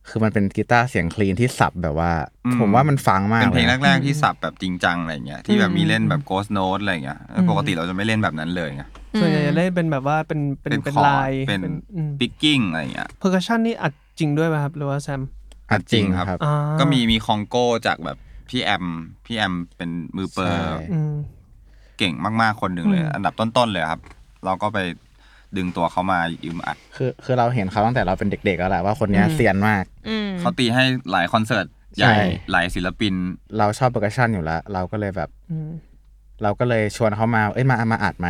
คือมันเป็นกีตาร์เสียงคลีนที่สับแบบว่า
อืม
ผมว่ามันฟังมาก
เป็นเพ
เล
ล
ย
ง
นะ
แรกๆที่สับแบบจริงจังอะไรอย่างเงี้ยที่แบบมีเล่นแบบโกสโนตอะไรอย่างเงี้ยแล้วปกติเราจะไม่เล่นแบบนั้นเลยไง
ส่วนใหญ่จะเล่นเป็นแบบว่าเป็นเป็น
เป็น
เป็น
คอ
ลา
ร์ด
ย
เป็น
อืม
ปิกกิ้งอะไรอย่างเงี้ย
เพอร์คัชชันนี่อัดจริงด้วยป่ะครับหรือว่าแซม
อ่ะจริงครับ
อ่า
ก็มีมีคองโก้จากแบบพี่แอมพี่แอมเป็นมือเปิด
ใช่
อืม
เก่งมากๆคนหนึ่งเลย อันดับต้นๆเลยครับ เราก็ไป ดึงตัวเขามายืมอัด
คือคือเราเห็นเขาตั้งแต่เราเป็นเด็กๆแล้วแหละว่าคนเนี้ย
อืม
เซียนมาก
อืม
เขาตีให้หลายคอนเสิร์ตใหญ่
ใช่
หลายศิลปิน
เราชอบเปอร์กชันอยู่แล้ว เราก็เลยแบบ
อืม
เราก็เลยชวนเขามา เอ้ยมามาอัดไหม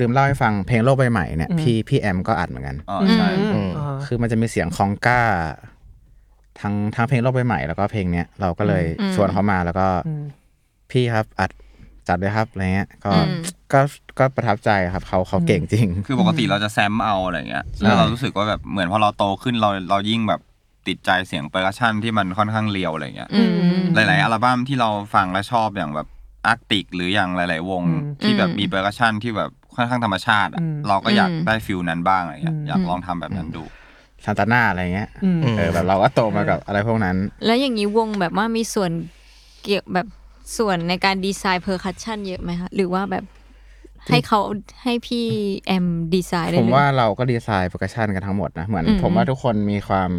ลืมเล่าให้ฟังเพลงโลกใบใหม่เนี่ย
อืม
พี่พี่แอมก็อัดเหมือนกัน
อ๋อ
อื
ใช่
ม
อืม
อ่า
คือมันจะมีเสียงคองก้า ทั้งทั้งเพลงโลกใบใหม่แล้วก็เพลงเนี้ยเราก็เลย
อืม
ชวนเขามาแล้วก็
อืม
พี่ครับอัดจัดเลยครับอะไรเงี้ยก็
อืม
ก็ก็ประทับใจครับเขาเขาเก่งจริง
คือปกติเราจะแซมเอาอะไรเงี้ย แล้วเรารู้สึกว่าแบบเหมือนพอเราโตขึ้นเราเรายิ่งแบบติดใจเสียงเปอร์คัชชั่นที่มันค่อนข้างเรียวอะไรเงี้ย
อืม
หลาย ๆ อัลบั้มที่เราฟังและชอบอย่างแบบอาร์ติกหรืออย่างหลาย ๆ วง
อืม
ที่แบบ
อืม
มีเปอร์คัชชั่นที่แบบค่อนข้างธรรมชาติอะ
อืม
เราก็อยาก
อืม
ได้ฟิลนั้นบ้างอะไรเงี้ย
อืม
อยากลองทำแบบนั้นดู
ซานตาน่าอะไรเงี้ย
อืม
เออแบบเราก็โตมากับอะไรพวกนั้น
แล้วอย่างนี้วงแบบว่ามีส่วนเกี่ยวแบบส่วนในการดีไซน์เพอร์คัชชันเยอะไหมคะ หรือว่าแบบให้เขาให้พี่แอมดีไซน์ได้
ผม
เลย
ว่าเราก็ดีไซน์โปรแกชันกันทั้งหมดนะ เหมือน
อืม
ผมว่าทุกคนมีความ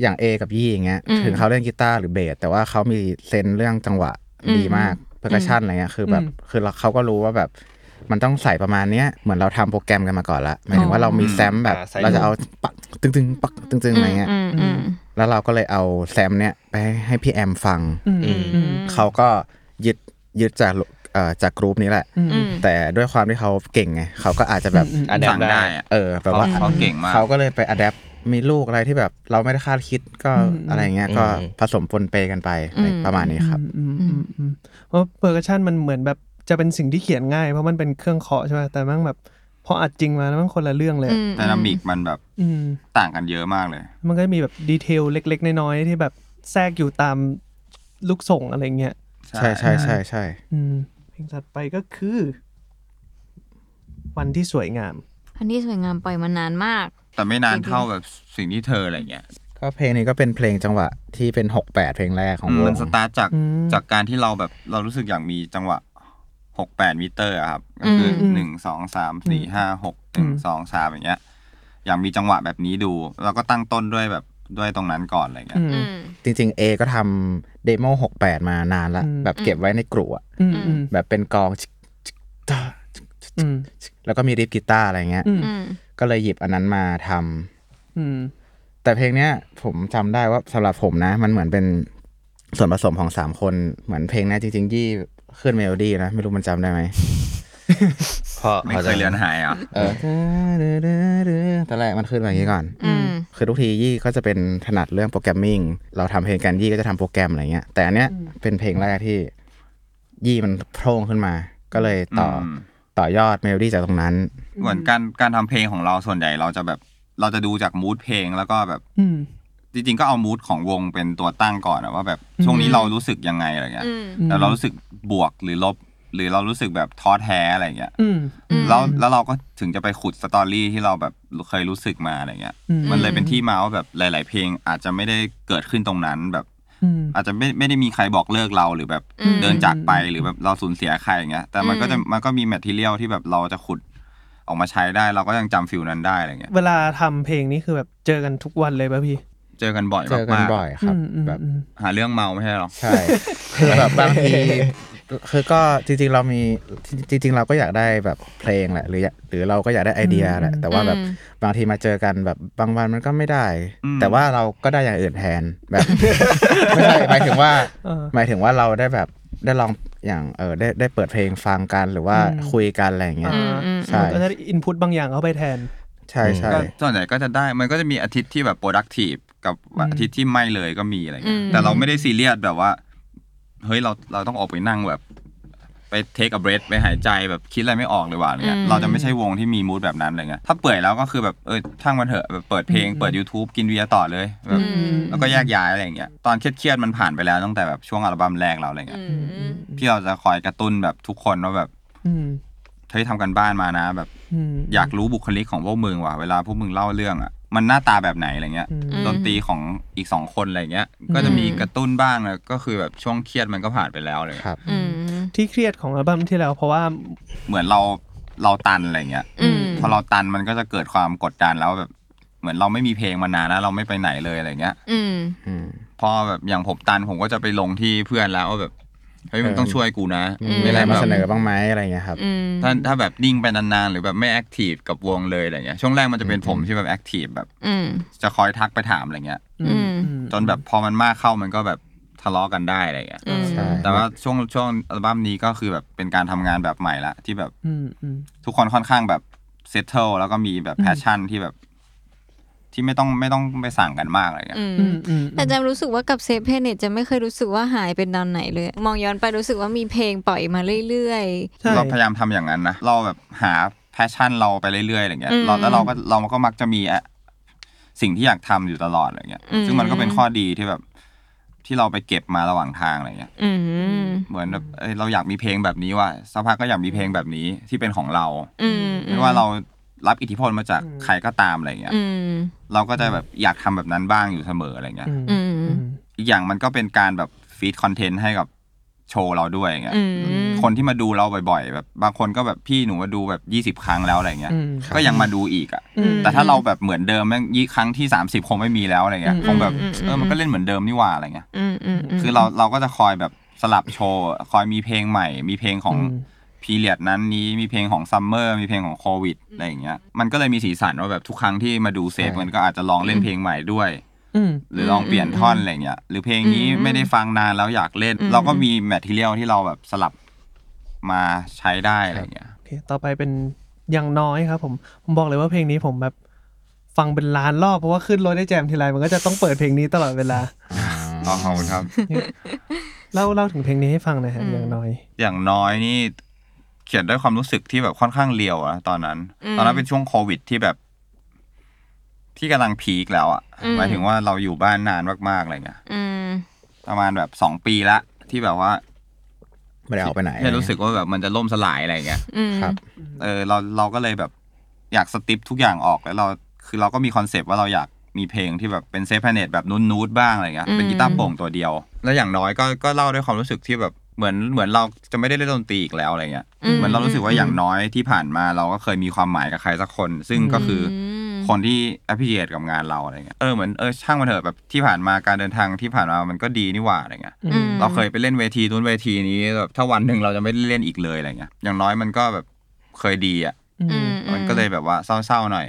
อย่าง A กับยี่อย่างเงี้ย
อืม
ถึงเขาเล่นกีตาร์หรือเบสแต่ว่าเขามีเซนส์เรื่องจังหวะ
อืม
ดีมากโปรแกชันอะไรเงี้ยคือแบบ
อืม
คือเราเขาก็รู้ว่าแบบมันต้องใส่ประมาณเนี้ยเหมือนเราทำโปรแกรมกันมาก่อนละหมายถึงว่าเรามีแซมแบบ
อ่าใส่
เราจะเอาปักตึงๆปักตึงๆอะไรเงี้ย
อืมอืม
แล้วเราก็เลยเอาแซมเนี้ยไปให้ให้พี่แอมฟัง
อืม
อืม
อืม
เขาก็ยึดยึดจากเอ่อจากกรุ๊ปนี้แหละ
อืม
อืม
แต่ด้วยความที่เขาเก่งไงเขาก็อาจจะแบบ
อืม
อันดับ
สั่ง
ได้
ได้อะ
เออแบบ
เขา
ว่า
เขาเก่งมาก
เขาก็เลยไปอัดแอปมีลูกอะไรที่แบบเราไม่ได้คาดคิดก็
อืม
อะไรเงี้ยก็
อืม
ผสมปนเปกันไป
อืม
ประมาณนี้ครับ
อืมอืมอืมอืมเพราะเปอร์กชันมันเหมือนแบบจะเป็นสิ่งที่เขียนง่าย เพราะมันเป็นเครื่องเคาะใช่ไหมแต่มั่งแบบพออัดจริงมาแล้วมันคนละเรื่องเลย
อืม
d y นามิกมันแบบ
อืม
ต่างกันเยอะมากเลย
มันก็มีแบบดีเทลเล็ก ๆ น้อยๆที่แบบแทรกอยู่ตามลูกส่งอะไรเงี้ย
ใช่ใช่ใช่ใช่
อืมเพลงถัดไปก็คือ วันที่สวยงาม
อันนี้สวยงามปล่อยมานานมาก
แต่ไม่นานเท่าแบบสิ่งที่เธออะไรเงี้ย
ก็เพลงนี้ก็เป็นเพลงจังหวะที่เป็น 68 เพลงแรกของว
มั
ง
นสตาร์ทจาก
อืม
จากการที่เราแบบเรารู้สึกอยากมีจังหวะหกแปดมิเตอร์อะครับก็คืออ
ม
หนึ่งสองสามสี่ห้าหกหนึ่งสองสามอย่างเงี้ยอยากมีจังหวะแบบนี้ดู เราก็ตั้งต้นด้วยแบบด้วยตรงนั้นก่อนอะไรเงี้ย
อื
อื
ม
ม
จริง ๆ A ก็ทำเดโม68 มานานละ
อืม
แบบเก็บไว้ในกลุ่ะ
อืมอืม
แบบเป็นกลองชิกชิกตาชิก
อืม
ชิกแล้วก็มีริฟกีตาร์อะไรเงี้ย
อืม
อืม
ก็เลยหยิบอันนั้นมาทำ
อืม
แต่เพลงเนี้ยผมจำได้ว่าสำหรับผมนะ มันเหมือนเป็นส่วนผสมของสามคนเหมือนเพลงเนี้ยจริงๆยี่ขึ้นเมโลดี้นะ ไม่รู้มันจำได้ไหม
พอ
ไม่
พอ
เค
จะ
ยเรียนหายอ่ะ
เออตอนแรกมันขึ้นแบบนี้ก่อน
อืม
คือทุกทียี่ก็จะเป็นถนัดเรื่องโปรแกรมมิ่งเราทำเพลงกันยี่ก็จะทำโปรแกรมอะไรเงี้ย แต่อันเนี้ยเป็นเพลงแรกที่ยี่มันโพร่งขึ้นมา ก็เลยต่ออ
ม
ต่อยอดเมโลดี้จากตรงนั้น
เหมือนการการทำเพลงของเราส่วนใหญ่เราจะแบบเราจะดูจากมูดเพลงแล้วก็แบบ
อืม
จริงๆก็เอามูดของวงเป็นตัวตั้งก่อนอะว่าแบบช่วงนี้เรารู้สึกยังไงอะไรเงี้ย
อืม
อืม
แต่เรารู้สึกบวกหรือลบ หรือเรารู้สึกแบบท้อแท้อะไรเงี้ย
อืม
แล้วแล้วเราก็ถึงจะไปขุดสตอรี่ที่เราแบบเคยรู้สึกมาอะไรเงี้ย
อืม
มันเลยเป็นที่มาว่าแบบหลาย ๆ เพลงอาจจะไม่ได้เกิดขึ้นตรงนั้นแบบ
อืม
อาจจะไม่ไม่ได้มีใครบอกเลิกเราหรือแบบ
อืม
เดินจากไปหรือแบบเราสูญเสียใครอย่างเงี้ย แต่มันก็จะ
อืม
มันก็มีแมทเทียลที่แบบเราจะขุดออกมาใช้ได้เราก็ยังจำฟิลนั้นได้อะไรเงี้ย
เวลาทำเพลงนี้คือแบบเจอกันทุกวันเลยป่ะพี่
เจอกันบ่อย
เจอกัน
มาก
บ่อยครับ
อืมอืม
แบบ
อืม
ๆหาเรื่องเมาไม่ใช่หรอ
ใช่ คือแบบบางที คือก็จริงๆเรามีจริงๆเราก็อยากได้แบบเพลงแหละ หรืออยากหรือเราก็อยากได้ไอเดียแหละ แต่ว่าแบบ
อืม
บางทีมาเจอกันแบบบางวันมันก็ไม่ได้
อืม
แต่ว่าเราก็ได้อย่างอื่นแทนแบบ ไม่ใช่หมายถึงว่า
เออ
หมายถึงว่าเราได้แบบได้ลองอย่างเออได้ได้เปิดเพลงฟังกันหรือว่า
อืม
คุยกันอะไรอย่างเงี้ย
อ่า
อืม
ใช่
มันก็จะอินพุตบางอย่างเข้าไปแทน
ใช่ใช่
ก็ส่วนใหญ่ก็จะได้มันก็จะมีอาทิตย์ที่แบบ productive กับอาทิตย์ที่ไม่เลยก็มีอะไรเงี้ย
อืม
แต่เราไม่ได้ซีเรียสแบบว่า เฮ้ยเราเราต้องออกไปนั่งแบบ ไปเทคอั b เบร h ไปหายใจแบบคิดอะไรไม่ออกเลยว่ะอะไรเงี้ยเราจะไม่ใช่วงที่มีมูดแบบนั้นอะไรเงี้ยถ้าเปื่อยแล้วก็คือแบบเออช่างมันเถอะแบบเปิดเพลงเปิด YouTube กินเบียร์ต่อเลยแบบ
อืม
แล้วก็แยกย้ายอะไรเงี้ยตอนเครียดๆมันผ่านไปแล้วตั้งแต่แบบช่วงอัลบั้มแรกเราอะไรเงี้
อื
ย
มอืม
ที่เราจะคอยกระตุ้นแบบทุกคนว่าแบบ
อืม
เฮ้ยทำกันบ้านมานะแบบ
อืม
อยากรู้บุคลิกของพวกมึงว่ะเวลาพวกมึงเล่าเรื่องอ่ะมันหน้าตาแบบไหนอะไรเงี้ย
อืม
ดนตรีของอีกสองคนอะไรเงี้ย ก็จะมีกระตุ้นบ้างนะก็คือแบบช่วงเครียดมันก็ผ่านไปแล้วเลย
ครับ
อืม
ที่เครียดของอัลบั้มที่แล้วเพราะว่า
เหมือนเราเราตันอะไรเงี้ย
อืม
พอเราตันมันก็จะเกิดความกดดันแล้วแบบเหมือนเราไม่มีเพลงมานานแล้วเราไม่ไปไหนเลยอะไรเงี้ย
อืม
อืม
พอแบบอย่างผมตันผมก็จะไปลงที่เพื่อนแล้วว่าแบบ เฮ้ยมึงต้องช่วยกูนะ
อื
อืม
มีอะไร
แบบ
มาเสนอบ้างไหมอะไรเงี้ยครับ
อืม
ถ้าถ้าแบบนิ่งไปนานๆหรือแบบไม่แอคทีฟกับวงเลยอะไรเงี้ยช่วงแรกมันจะเป็นผมที่แบบแอคทีฟแบบ
อืม
จะคอยทักไปถามอะไรเงี้ย
อืม
จนแบบพอมันมากเข้ามันก็แบบทะเลาะกันได้อะไรเงี้ย
อืม
ใช่
แต่ว่าช่วงช่วงอัลบั้มนี้ก็คือแบบเป็นการทำงานแบบใหม่ละที่แบบ
อืมอืม
ทุกคนค่อนข้างแบบเซตเทิลแล้วก็มีแบบ
อืม
แพชชั่นที่แบบ ที่ไม่ต้องไม่ต้องไปสั่งกันมากอะไรเงี้ย
อืม
อืมอืม
แต่จำรู้สึกว่ากับเซฟเพเนตจะไม่เคยรู้สึกว่าหายเป็นตอนไหนเลย มองย้อนไปรู้สึกว่ามีเพลงปล่อยมาเรื่อย
ใช่
เราพยายามทำอย่างนั้นนะเราแบบหาแพชชั่นเราไปเรื่อยๆอะไรเงี้ย
อืม
เราแล้วเราก็เราก็มักจะมีอะสิ่งที่อยากทำอยู่ตลอดอะไรเงี้ย
อืม
ซึ่งมันก็เป็นข้อดีที่แบบ ที่เราไปเก็บมาระหว่างทางอะไรเงี้ย
ๆ อืม
เหมือนแบบเอ้ยเราอยากมีเพลงแบบนี้ว่ะสักพักก็อยากมีเพลงแบบนี้ที่เป็นของเรา
อืม
ไม่ว่าเรารับอิทธิพลมาจากใครก็ตามอะไรเงี้ย
อืม
เราก็จะแบบอยากทำแบบนั้นบ้างอยู่เสมออะไรเงี้ย
อืม
อีกอย่างมันก็เป็นการแบบฟีดคอนเทนต์ให้กับโชว์เราด้วยอย่างเงี้ย
อืม
คนที่มาดูเราบ่อยๆ แบบบางคนก็แบบพี่หนูมาดูแบบยี่สิบ20 ครั้งแล้วอะไรเงี้ย
อืมครับ
ก็ยังมาดูอีกอ่ะ
อืม
แต่ถ้าเราแบบเหมือนเดิมแม่งยี่ครั้งที่ 30 คงไม่มีแล้วอะไรเงี้ย
อืม
คงแบบ
อืม
เออมันก็เล่นเหมือนเดิมนี่หว่าอะไรเงี้ย
อืมอืมม
คือเราเราก็จะคอยแบบสลับโชว์ คอยมีเพลงใหม่ มีเพลงของ
อืม
พีเรียดนั้นนี้มีเพลงของซัมเมอร์มีเพลงของโควิดอะไรอย่างเงี้ยมันก็เลยมีสีสันว่าแบบทุกครั้งที่มาดูเซฟ
ใช่
มันก็อาจจะลองเล่นเพลงใหม่ด้วย
อืม
หรือลองเปลี่ยนท่อนอะไรเงี้ยหรือเพลงนี้ไม่ได้ฟังนานแล้วอยากเล่น เราก็มีแมทเทียลที่เราแบบสลับมาใช้ได้อะไรเงี้ย
โอเค ต่อไปเป็นอย่างน้อยครับผม ผมบอกเลยว่าเพลงนี้ผมแบบฟังเป็นล้านรอบเพราะว่าขึ้นรถได้แจมทีไรมันก็จะต้องเปิดเพลงนี้ตลอดเวลา
อ๋อขอบคุณครับ
เล่าเล่าถึงเพลงนี้ให้ฟังหน่อยฮะอย่างน้อย
อย่างน้อยนี่ เขียนด้วยความรู้สึกที่แบบค่อนข้างเลียวอะตอนนั้น ตอนนั้นเป็นช่วงโควิดที่แบบ ที่กำลังพีคแล้วอะหมายถึงว่าเราอยู่บ้านนานมากๆอะไรเงี้ย
อืม
ประมาณแบบสองปีละที่แบบว่า
ไม่ได้ออกไปไหน
เนี่ยรู้สึกว่าแบบมันจะล่มสลายอะไรอย่างเงี้ย
อืม
ครับ
เออเราเราก็เลยแบบอยากสติปทุกอย่างออกแล้วเราคือเราก็มีคอนเซปต์ว่าเราอยากมีเพลงที่แบบเป็นเซฟแพเนตแบบนูนนูดบ้างอะไรเงี้ย
อืม
เป็นกีตาร์โปร่งตัวเดียว แล้วอย่างน้อยก็ก็เล่าด้วยความรู้สึกที่แบบเหมือนเหมือนเราจะไม่ได้เล่นดนตรีอีกแล้วอะไรเงี้ย
อืม
เหมือนเรารู้สึกว่าอย่างน้อยที่ผ่านมาเราก็เคยมีความหมายกับใครสักคน ซึ่งก็คือ
ม
คนที่ appreciate กับงานเราอะไรเงี้ย เออเหมือนเออช่างมันเถอะแบบที่ผ่านมาการเดินทางที่ผ่านมามันก็ดีนี่หว่าอะไรเงี้ย
อืม
เราเคยไปเล่นเวทีนู้นเวทีนี้แบบถ้าวันหนึ่งเราจะไม่ได้เล่นอีกเลยอะไรเงี้ย อย่างน้อยมันก็แบบเคยดีอ่ะ
อืมอื
มันก็เลยแบบว่าเศร้าๆหน่อย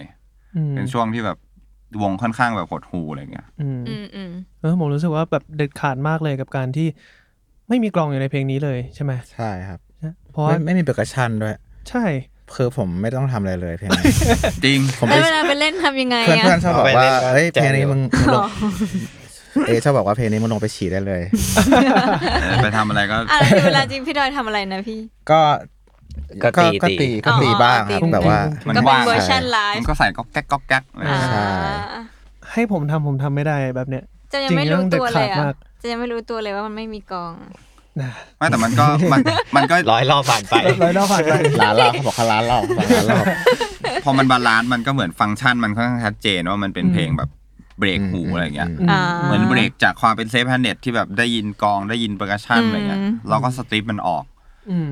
อืม
เป็นช่วงที่แบบวงค่อนข้างแบบหดหูอะไรเงี้ย
อืม
อืมอืม
เออผมรู้สึกว่าแบบเด็ดขาดมากเลยกับการที่ไม่มีกลองอยู่ในเพลงนี้เลยใช่ไหม
ใช่ครับ
เพราะว่า
ไม่ไม่มีเปอร์กชันด้วย
ใช่
คือผมไม่ต้องทำอะไรเลยเพลง นี้
จริง
ผมไป
แล้วเวลาไปเล่นทำยังไง
เพื่อน
อ่ะ
เพื่อนชอบบอกว่าเฮ้ย
แจ
เพล
มเดี๋
งนี้
ยว
มึงมึงลงเอะชอบบอกว่าเพลงนี้มึงลงไปฉี่ได้เลย
ไปทำอะไรก็
อ่ะแล้วเวลาจริงพี่ดอยทำอะไรนะพี่
ก็
ก็ตี
ก็
ตี
ตีก็ตี
อ๋อ
บ้าง
ตี
ครับแบบว่า
มัน
ก็เป็น
ว่าง
เวอร์ชันไล
มัน
ฟ์
ก็ใส่ก๊อกแก๊กก๊อกแก๊กอะไร
อ่า
เงี้ย
ใช่
ให้ผมทำผมทำไม่ได้แบบเนี้ย
จะยังไม่รู้ตัวเลย
จริงๆเรื่องเด็ดขาดมา
อ่ะ
ก
จะยังไม่รู้ตัวเลยว่ามันไม่มีกอง
นะ
ไม่แต่มันก็มันมันก็
ร้อยรอบผ่าน ไป
ร้อยรอบผ่าน ไป
ร้านเราเขาบอกเขาร้านเราร้านเรา
พอมันบาลานซ์มันก็เหมือนฟังก์ชันมันค่อนข้างชัดเจนว่ามันเป็นเพลงแบบเบรกหูอะไรเงี้ย
อืม
อ่า
เหมือนเบรกจากความเป็นเซฟแพนเน็ตที่แบบได้ยินกลองได้ยินเปอร์คัชชัน
อืม
อะไรเงี้ยเราก็สตรีปมันออก
อืม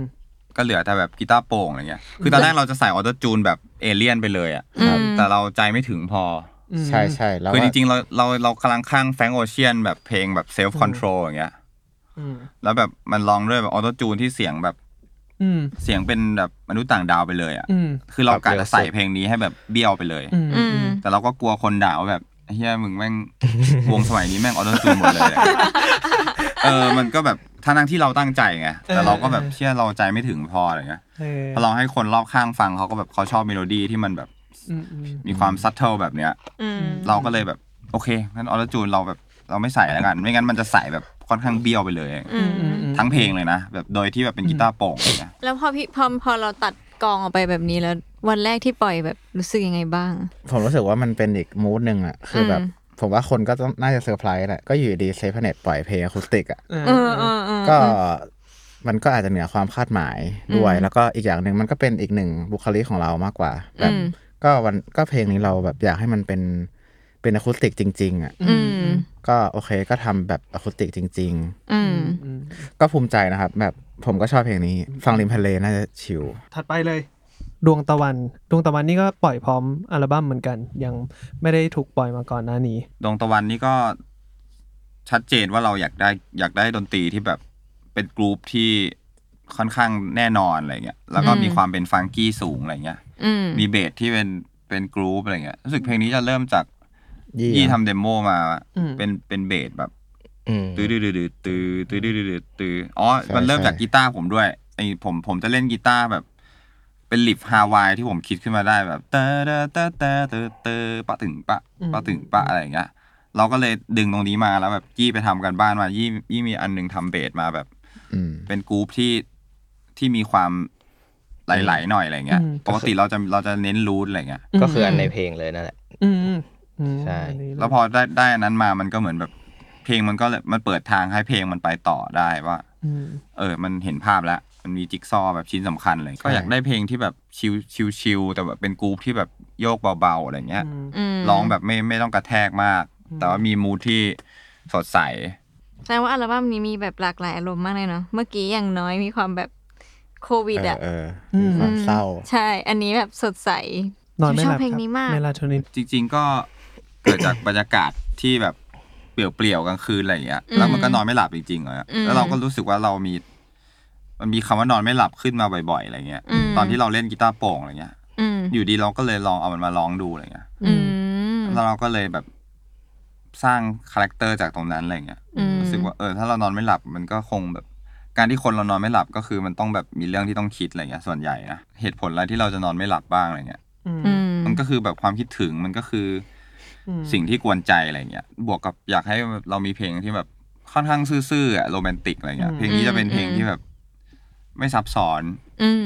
ก็เหลือแต่แบบกีตาร์โปร่งอะไรเงี้ยคือตอนแรกเราจะใส่ออโต้จูนแบบเอเลี่ยนไปเลยอ่ะ
อืม
แต่เราใจไม่ถึงพอ
ใช่ใช่แล้ว
คือจริงๆ เราเราเรากำลังข้างแฟงโอเชียนแบบเพลงแบบเซลฟ์คอนโทรลอย่างเงี้ย
อืม
แล้วแบบมันลองด้วยแบบออโต้จูนที่เสียงแบบ
อืม
เสียงเป็นแบบมนุษย์ต่างดาวไปเลยอ่ะ
อืม
คือเรากะ
ครับ
จะใส่เพลงนี้ให้แบบเบี้ยวไปเลย
อืม
อืม
แต่เราก็กลัวคนด่าว่าแบบเฮียมึงแม่ง วงสมัยนี้แม่งออโต้จูนหมดเลย อะเออ มันก็แบบทั้งนั้นที่เราตั้งใจไงแต่เราก็แบบเชื่อเราใจไม่ถึงพออะไรเงี้ย
เออ
พอลองให้คนรอบข้างฟังเขาก็แบบเขาชอบเมโลดี้ที่มันแบบ
อืมอืม
มีความซัตเทิลแบบเนี้ย
อืม
เราก็เลยแบบโอเคงั้นออโต้จูนเราแบบเราไม่ใส่แล้วกัน ไม่งั้นมันจะใส่แบบค่อนข้างเบี้ยวไปเลย
อืม
ทั้งเพลงเลยนะแบบโดยที่แบบเป็นกีตาร์โปร่งอะไรเงี้ย
แล้วพอพี่พอพอเราตัดกองออกไปแบบนี้แล้ว วันแรกที่ปล่อยแบบรู้สึกยังไงบ้าง
ผมรู้สึกว่ามันเป็นอีกมูดหนึ่งอ่ะคือแบบ
อืม
ผมว่าคนก็ต้องน่าจะเซอร์ไพรส์แหละก็อยู่ดีเซฟเน็ตปล่อยเพลงอะคูสติกอ่ะ
เออเออเออ
ก็มันก็อาจจะเหนือความคาดหมายด้วย
อืม
แล้วก็อีกอย่างหนึ่งมันก็เป็นอีกหนึ่งบุคลิกของเรามากกว่า แบบ
อืม
ก็วันก็เพลงนี้เราแบบอยากให้มันเป็นเป็นอะคูสติกจริงๆอ่ะ
อืม
ก็โอเคก็ทำแบบอะคูสติกจริง
อืม
ๆ ก็ภูมิใจนะครับ แบบผมก็ชอบเพลงนี้ ฟังริมทะเลน่าจะชิล
ถัดไปเลย ดวงตะวัน ดวงตะวันนี่ก็ปล่อยพร้อมอัลบั้มเหมือนกัน ยังไม่ได้ถูกปล่อยมาก่อนหน้านี้
ดวงตะวันนี่ก็ชัดเจนว่าเราอยากได้อยากได้ดนตรีที่แบบ เป็นกรุ๊ปที่ค่อนข้างแน่นอนอะไรเงี้ยแล้วก็
อืม
มีความเป็นฟังกี้สูงอะไรเงี้ย
อืม
มีเบสที่เป็นเป็นกรุ๊ปอะไรเงี้ยรู้สึกเพลงนี้จะเริ่มจาก
ยี่
ยี่ทำเดโมมา
อืม
เป็นเป็นเบสแบบ
อืม
ตื้อตื้อตื้อตื้อตื้อตื้อตื้อตื้อตื้ออ๋อมันเริ่มจากกีตาร์ผมด้วยไอผมผมจะเล่นกีตาร์แบบ เป็นลิฟฮาวายที่ผมคิดขึ้นมาได้แบบเตอเตอเตอเตอเตอเตอปะถึงปะปะถึงปะอะไรอย่างเงี้ย เราก็เลยดึงตรงนี้มาแล้วแบบยี่ไปทำกันบ้านมายี่ยี่มีอันหนึงทำเบสมาแบบ
อืม
เป็นกรุ๊ปที่ที่มีความไหลๆหน่อยอะไรเงี้ย
อืม
ปกติเราจะเราจะเน้นรูทอะไรเงี้ย
ก็คืออันในเพลงเลยนั่นแหละ
อืมอืมอืม
ใช่
อันนี้
แล้วพอได้ได้อันนั้นมามันก็เหมือนแบบเพลงมันก็เลยมันเปิดทางให้เพลงมันไปต่อได้ว่า
ม
เออ มันเห็นภาพแล้ว มันมีจิ๊กซอว์แบบชิ้นสำคัญเลย ก็
ใช่
อยากได้เพลงที่แบบชิลชิลชิลแต่แบบเป็นกรุ๊ปที่แบบโยกเบาๆอะไรเงี้ย
ม
ร้องแบบไม่ไม่ต้องกระแทกมาก
อืม
แต่ว่ามีมูทที่สดใส
แสดงว่าอัลบั้มนี้มีแบบหลากหลายอารมณ์มากเลยเนาะเมื่อกี้อย่างน้อยมีความแบบโควิดอ่ะ
เออ
อื
เอ
ม
อมีความเศร้า
ใช่อันนี้แบบสดใส
นอนไม่
ช
ห
อบ
ลับ
เพลง
ครับ
นี้มาก
เมลาโทนิน
จริงๆก็ เกิดจากบรรยากาศที่แบบเปลี่ยวๆกลางคืนอะไรอย่างเงี้ย
อืม
แล้วมันก็นอนไม่หลับจริงๆเลยอะ
อืม
แล้วเราก็รู้สึกว่าเรามี มันมีคำว่านอนไม่หลับขึ้นมาบ่อยๆอะไรเงี้ย
อืม
ตอนที่เราเล่นกีตาร์โปร่งอะไรเงี้ย
อืม
อยู่ดีเราก็เลยลองเอามันมาร้องดูอะไรเงี้ย
อืม
แล้วเราก็เลยแบบสร้างคาแรคเตอร์จากตรงนั้นอะไรเงี้ย
อืม
รู้สึกว่าเออถ้าเรานอนไม่หลับมันก็คงแบบ การที่คนเรานอนไม่หลับก็คือมันต้องแบบมีเรื่องที่ต้องคิดอะไรเงี้ยส่วนใหญ่นะเหตุผลอะไรที่เราจะนอนไม่หลับบ้างอะไรเงี้ย
อืม
มันก็คือแบบความคิดถึงมันก็คืออ
ม
สิ่งที่กวนใจอะไรเงี้ย บวกกับอยากให้เรามีเพลงที่แบบค่อนข้างซื่อๆอะโรแมนติกอะไรเงี้ย เพลงนี้จะเป็นเพลงที่แบบ ไม่ซับซ้อน
อืม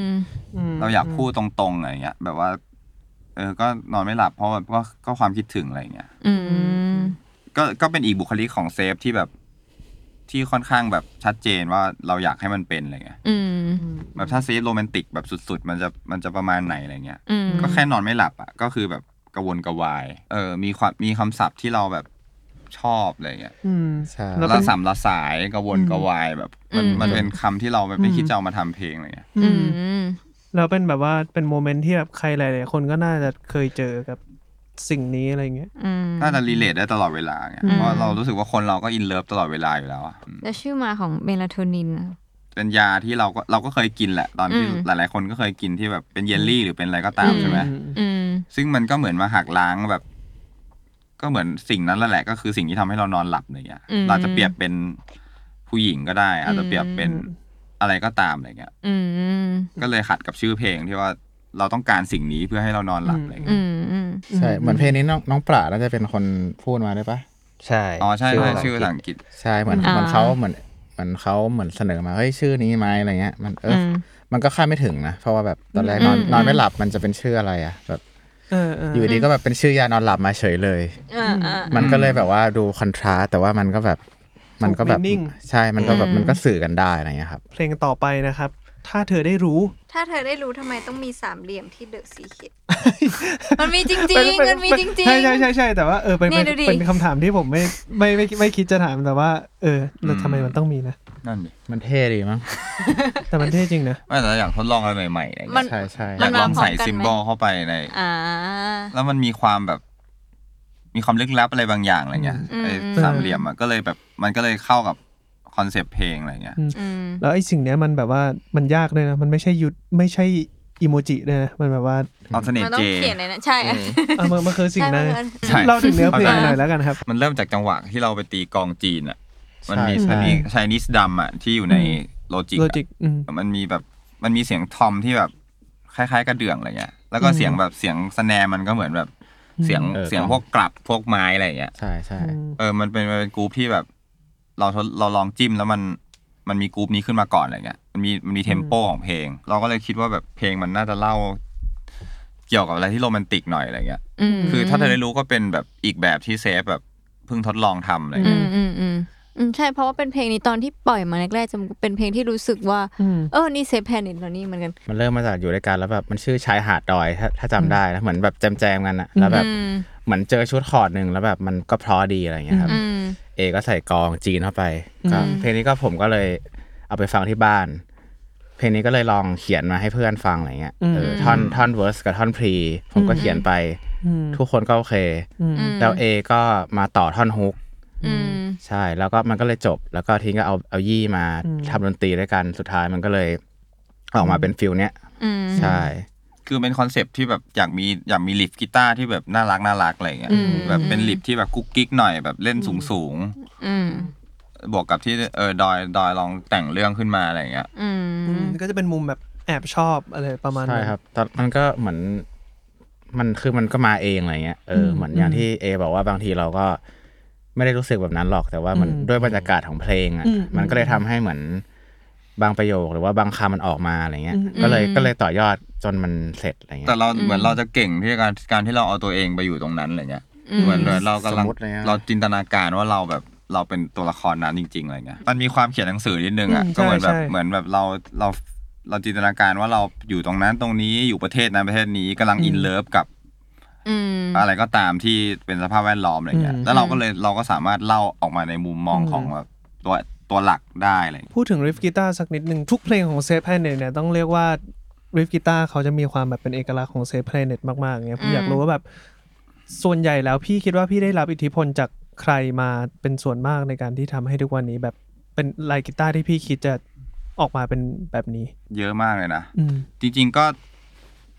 เราอยากพูดตรงๆอะไรเงี้ย แบบว่า เออ ก็นอนไม่หลับเพราะว่าก็ก็ความคิดถึงอะไรเงี้ย
อืม
ก็ก็เป็นอีกบุคลิกของเซฟที่แบบที่ค่อนข้างแบบชัดเจนว่าเราอยากให้มันเป็นอะไรเงี้ย
อืม
แบบถ้าเซฟโรแมนติกแบบสุดๆ มันจะมันจะประมาณไหนอะไรเงี้ย
อืม
ก็แค่นอนไม่หลับอ่ะก็คือแบบกระวนกระวาย เออ มีความมีคำศัพท์ที่เราแบบชอบอะไรเงี้ย
อืม
ใช่
แล้วเป็
ละ
น
สัมละสายกระวนกระวายแบบ มัน
อืม
มันเป็นคำที่เราแบบไม่
อืม
คิดจะเอามาทำเพลงอะไรเงี้ย
อื
อื
ม
ม
แล้วเป็นแบบว่าเป็นโมเมนต์ที่แบบใครหลายๆคนก็น่าจะเคยเจอกับสิ่งนี้อะไรเงี้ย
อืม
น่าจะรีเลทได้ตลอดเวลาเงี้ย
อืม
เพราะเรารู้สึกว่าคนเราก็อินเลิฟตลอดเวลาอยู่แล้วอะอืม
แล้วชื่อมาของเมลาโทนินอะ
เป็นยาที่เราก็เราก็เคยกินแหละ ตอนที่
อืม
หลาย ๆ คนก็เคยกินที่แบบเป็นเยลลี่หรือเป็นอะไรก็ตาม
อืม
ใช่ไหม
อืม
ซึ่งมันก็เหมือนมาหักล้างแบบ ก็เหมือนสิ่งนั้นแหละก็คือสิ่งที่ทำให้เรานอนหลับอะไรเงี้ย
อืม
เราจะเปรียบเป็นผู้หญิงก็ได้ อาจจะเปรียบเป็น อะไรก็ตามอะไรเงี้ย
อืม
ก็เลยขัดกับชื่อเพลงที่ว่าเราต้องการสิ่งนี้เพื่อให้เรานอนหลับ
อืม
อะไร
อื
เงี้ย
ม อืม
ใช่เหมือนเพลงนี้น้องน้องปราน่าจะเป็นคนพูดมาได้วยปะ
ใช่
อ๋อใช่ใช่
ภาษา
ชื่อภาษาอังกฤษ
ใช่เหมือน
อ่า
เหมือนเขาเหมือนเหมือนเขาเหมือนเสนอมาเฮ้ยชื่อนี้ไหมอะไรเงี้ยมันเอ
อื
ออ
ม
มันก็คาดไม่ถึงนะเพราะว่าแบบตอนแรกนอน
อืม
นอนไม่หลับมันจะเป็นชื่ออะไรอ่ะแบบ
เออเออ
อยู่ดีก็แบบเป็นชื่อยานอนหลับมาเฉยเลย
อ่าอ่า
มันก็เลยแบบว่าดูคอนทราสต์แต่ว่ามันก็แบบมันก็แบบ
นิ่ง
ใช่มันก็แบบมันก็สื่อกันได้อะไรเงี้ยครับ
เพลงต่อไปนะครับ ถ้าเธอได้รู้
ถ้าเธอได้รู้ทำไมต้องมีสามเหลี่ยมที่เดอะซีเคิด มันมีจริงจริง
เป็เป็
มันมีจริงจริง
ใช่ใช่ใช่ใช่แต่ว่าเออเป็น
เนี่ยดูดิ
เป็นคำถามที่ผมไม่ ไม่ไม่ไม่คิดจะถามแต่ว่า เออแล้ว
อืม
ทำไมมันต้องมีนะ
นั่นดิ
มันเท่ดีมั้ง
แต่มันเท่จริงนะ
ไม่แต่อยากทดลองอะไรใหม่ๆอะไร
มัน
เงี้ย
ใช่ใช่
อยากลองใส่
มันมาพร้อมกันไหม
ซิมบอลเข้าไปใน
อ่า
แล้วมันมีความแบบ มีความลึกลับอะไรบางอย่างอะไรเงี้ย
อืม
ไอ้สามเหลี่ยมอะก็เลยแบบมันก็เลยเข้ากับคอนเซปต์เพลงอะไรเงี้ย
อืม
แล้วไอ้สิ่งเนี้ยมันแบบว่ามันยากเลยนะ มันไม่ใช่ยุดไม่ใช่อีโมจิเลยนะมันแบบว่า
เอาเสน่
มั
ห์
นต้อ
เจ
งเขียนในนั้นใช่
อืม
เออมันมันคือสิ่งนั้น
ใช่มันคือ
ใช่
เราถึงเนื้อเพลง
เข้าใจ
หน่อยแล้วกันครับ
มันเริ่มจากจังหวะที่เราไปตีกลองจีนอะมันมี
ใช่
ชายนิชายนิสดัมอะที่อยู่ใน
อื
โลจิก
โลจิกอืม
มันมีแบบมันมีเสียงทอมที่แบบคล้ายๆกระเดื่องอะไรเงี้ย แล้วก็
อืม
เสียงแบบเสียงสแนร์มันก็เหมือนแบบเสียง
เออ
เสียงพวกกลับพวกไม้อะไรเงี้ย
ใช่ใช่
เออ มันเป็นมันเป็นกรุ๊ปที่แบบ เราทดเราลองจิ้มแล้วมันมันมีกรุ๊ปนี้ขึ้นมาก่อนอะไรเงี้ย มันมีมันมีเทมโปของเพลง เราก็เลยคิดว่าแบบเพลงมันน่าจะเล่า เกี่ยวกับอะไรที่โรแมนติกหน่อยอะไรเงี้ย
อืม
คือถ้าเธอได้รู้ก็เป็นแบบอีกแบบที่เซฟแบบเพิ่งทดลองทำอะไร
อื
อื
เงี้ย
มอืมอืมอืมใช่เพราะว่าเป็นเพลงนี้ตอนที่ปล่อยมาแรกๆจะเป็นเพลงที่รู้สึกว่า
อืม
เออ นี่เซฟแพนเน็ตแล้วนี่เหมือนกัน
มันเริ่มมาจากอยู่ด้วยกันแล้วแบบมันชื่อชายหาดดอยถ้าถ้าจำได้นะเหมือนแบบแจมแจมๆกันอะแล้วแบบ
อืม
เหมือนเจอชุดคอร์ดหนึ่งแล้วแบบมันก็เพราะดีอะไรเงี้ยครับ
อืม
เอก็ใส่กลองจีนเข้าไปก็
อืม
เพลงนี้ก็ผมก็เลยเอาไปฟังที่บ้าน เพลงนี้ก็เลยลองเขียนมาให้เพื่อนฟังอะไรเงี้ยเออท่อนท่อนเวอร์สกับท่อนพรีผมก็เขียนไป
อืม
ทุกคนก็โอเค
อืม
อืม
แล้วเอก็มาต่อท่อนฮุก
อืม
ใช่แล้วก็มันก็เลยจบ แล้วก็ทิ้งก็เอาเอายี่มา
อืม
ทำดนตรีด้วยกันสุดท้ายมันก็เลยออกมาเป็นฟิลเนี้ย
อืม
ใช่
คือเป็นคอนเซปต์ที่แบบอยากมีอยากมีลิฟกีตาร์ที่แบบน่ารักน่ารักอะไรเงี้ย
อืม
แบบเป็นลิฟที่แบบกุ๊กกิ๊กหน่อยแบบเล่นสูงสูง
อืม
ๆบวกกับที่เออดอยดอยลองแต่งเรื่องขึ้นมาอะไรเงี้ย
อื
อื
ม
มก็จะเป็นมุมแบบแอบชอบอะไรประมาณ
ใช่
นั้น
ครับตอนมันก็เหมือนมันคือมันก็มาเองอะไรเงี้ยเอออ
ม
เหมือนอย่าง
อืม
ที่เอบอกว่าบางทีเราก็ไม่ได้รู้สึกแบบนั้นหรอกแต่ว่ามัน
อืม
ด้วยบรรยากาศของเพลงอ่ะ
อืม
มันก็เลยทำให้เหมือนบางประโยคหรือว่าบางคำมันออกมาอะไรเงี้ย
อืม
ก็เลย
อืม
ก็เลยต่อยอดจนมันเสร็จอะไรเงี้
แต่
ย
เราเหมือนเราจะเก่งที่การการที่เราเอาตัวเองไปอยู่ตรงนั้นอะไรเงี้ย
อืม
เหมือนเหมือนเรากำลัง
สมมุติเลยฮะ
เราจินตนาการว่าเราแบบเราเป็นตัวละครนั้นจริง ๆอะไรเงี้ยมันมีความเขียนหนังสือนิดนึงอ่ะ
อืม
ก็เหมือนแบบ
ใช่ใช่
เหมือนแบบเราเราเราจินตนาการว่าเราอยู่ตรงนั้นตรงนี้อยู่ประเทศนั้นประเทศนี้กำลังอินเลิฟกับ
อืม
อะไรก็ตามที่เป็นสภาพแวดล้อมอะไรเงี้ย
อืม
แล้วเราก็เลยเราก็สามารถเล่าออกมาในมุมมอง
อืม
ของแบบตัวตัวหลักได้อะไรเงี้ย
พูดถึงริฟกีตาร์สักนิดหนึ่งทุกเพลงของเซฟแพเน็ตเนี่ยต้องเรียกว่าริฟกีตาร์เขาจะมีความแบบเป็นเอกลักษณ์ของเซฟแพเน็ตมากๆเงี้ยผมอยาก
อืม
รู้ว่าแบบส่วนใหญ่แล้วพี่คิดว่าพี่ได้รับอิทธิพลจากใครมาเป็นส่วนมากในการที่ทำให้ทุกวันนี้แบบเป็นลายกีตาร์ที่พี่คิดจะออกมาเป็นแบบนี้
เยอะมากเลยนะ
อืม
จริงๆก็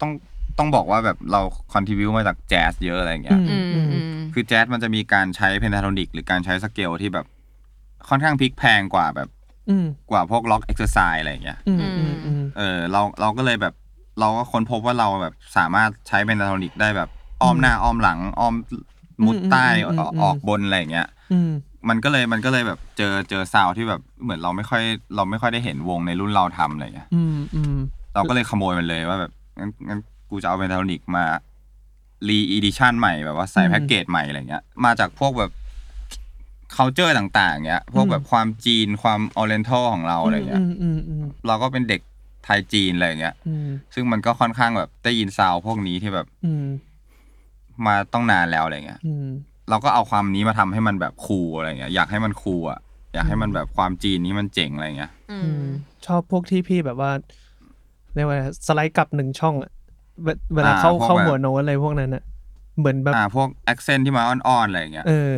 ต้องต้องบอกว่าแบบเราคอนทิวิวมาจากแจ๊สเยอะอะไรเงี้ย
อื
อืมอืม
คือแจ๊สมันจะมีการใช้เพนทาโทนิกหรือการใช้สเกลที่แบบค่อนข้างพลิกแพงกว่าแบบ
อืม
กว่าพวกล็อกเอ็กซ์ไซส์อะไรเงี้ย
อืมอืมอืม
เออเราเราก็เลยแบบเราก็ค้นพบว่าเราแบบสามารถใช้เป็นอิเล็กทรอนิกส์ได้แบบอ้อมหน้าอ้อมหลัง อ้อมมุดใต้
อืมอืมอืม
ออกบนอะไรอย่างเงี้ย
อืม
มันก็เลยมันก็เลยแบบเจอเจอซาวด์ที่แบบเหมือนเราไม่ค่อยเราไม่ค่อยได้เห็นวงในรุ่นเราทำอะไรเงี้ย
อืมอืม
เราก็เลยขโมยมันเลยว่าแบบงั้นงั้นกูจะเอาเป็นอิเล็กทรอนิกส์มารีอีดิชันใหม่แบบว่าใส่
อืม
แพ็กเกจใหม่อะไรเงี้ยมาจากพวกแบบ c u เจอร์ต่างๆเงี้ยพวกแบบ
อืม
ความจีนความออเรนทัลของเราอะไรเงี้ย
มอืมอืม
เราก็เป็นเด็กไทยจีนอะไรเงี้ย
อืม
ซึ่งมันก็ค่อนข้างแบบได้ยินซาวด์พวกนี้ที่แบบ
อืม
มาต้องนานแล้วอะไรเงี้ย
อืม
เราก็เอาความนี้มาทำให้มันแบบคูลอะไรเงี้ย อยากให้มันคูลอ่ะ อยากให้มันแบบความจีนนี้มันเจ๋งอะไรเงี้ย
อื
อื
ม
มชอบพวกที่พี่แบบว่าเรียกว่าอะไรสไลด์กลับหนึ่งช่องอะเวเวลา
อ่า
เข้า
พวก
เข้า
แบบ
หัวโน้ตอะไรพวกนั้นอะเหมือนแบบ
อ่า พวกแอคเซนที่มาอ่อนๆอะไรเงี้ย
เออ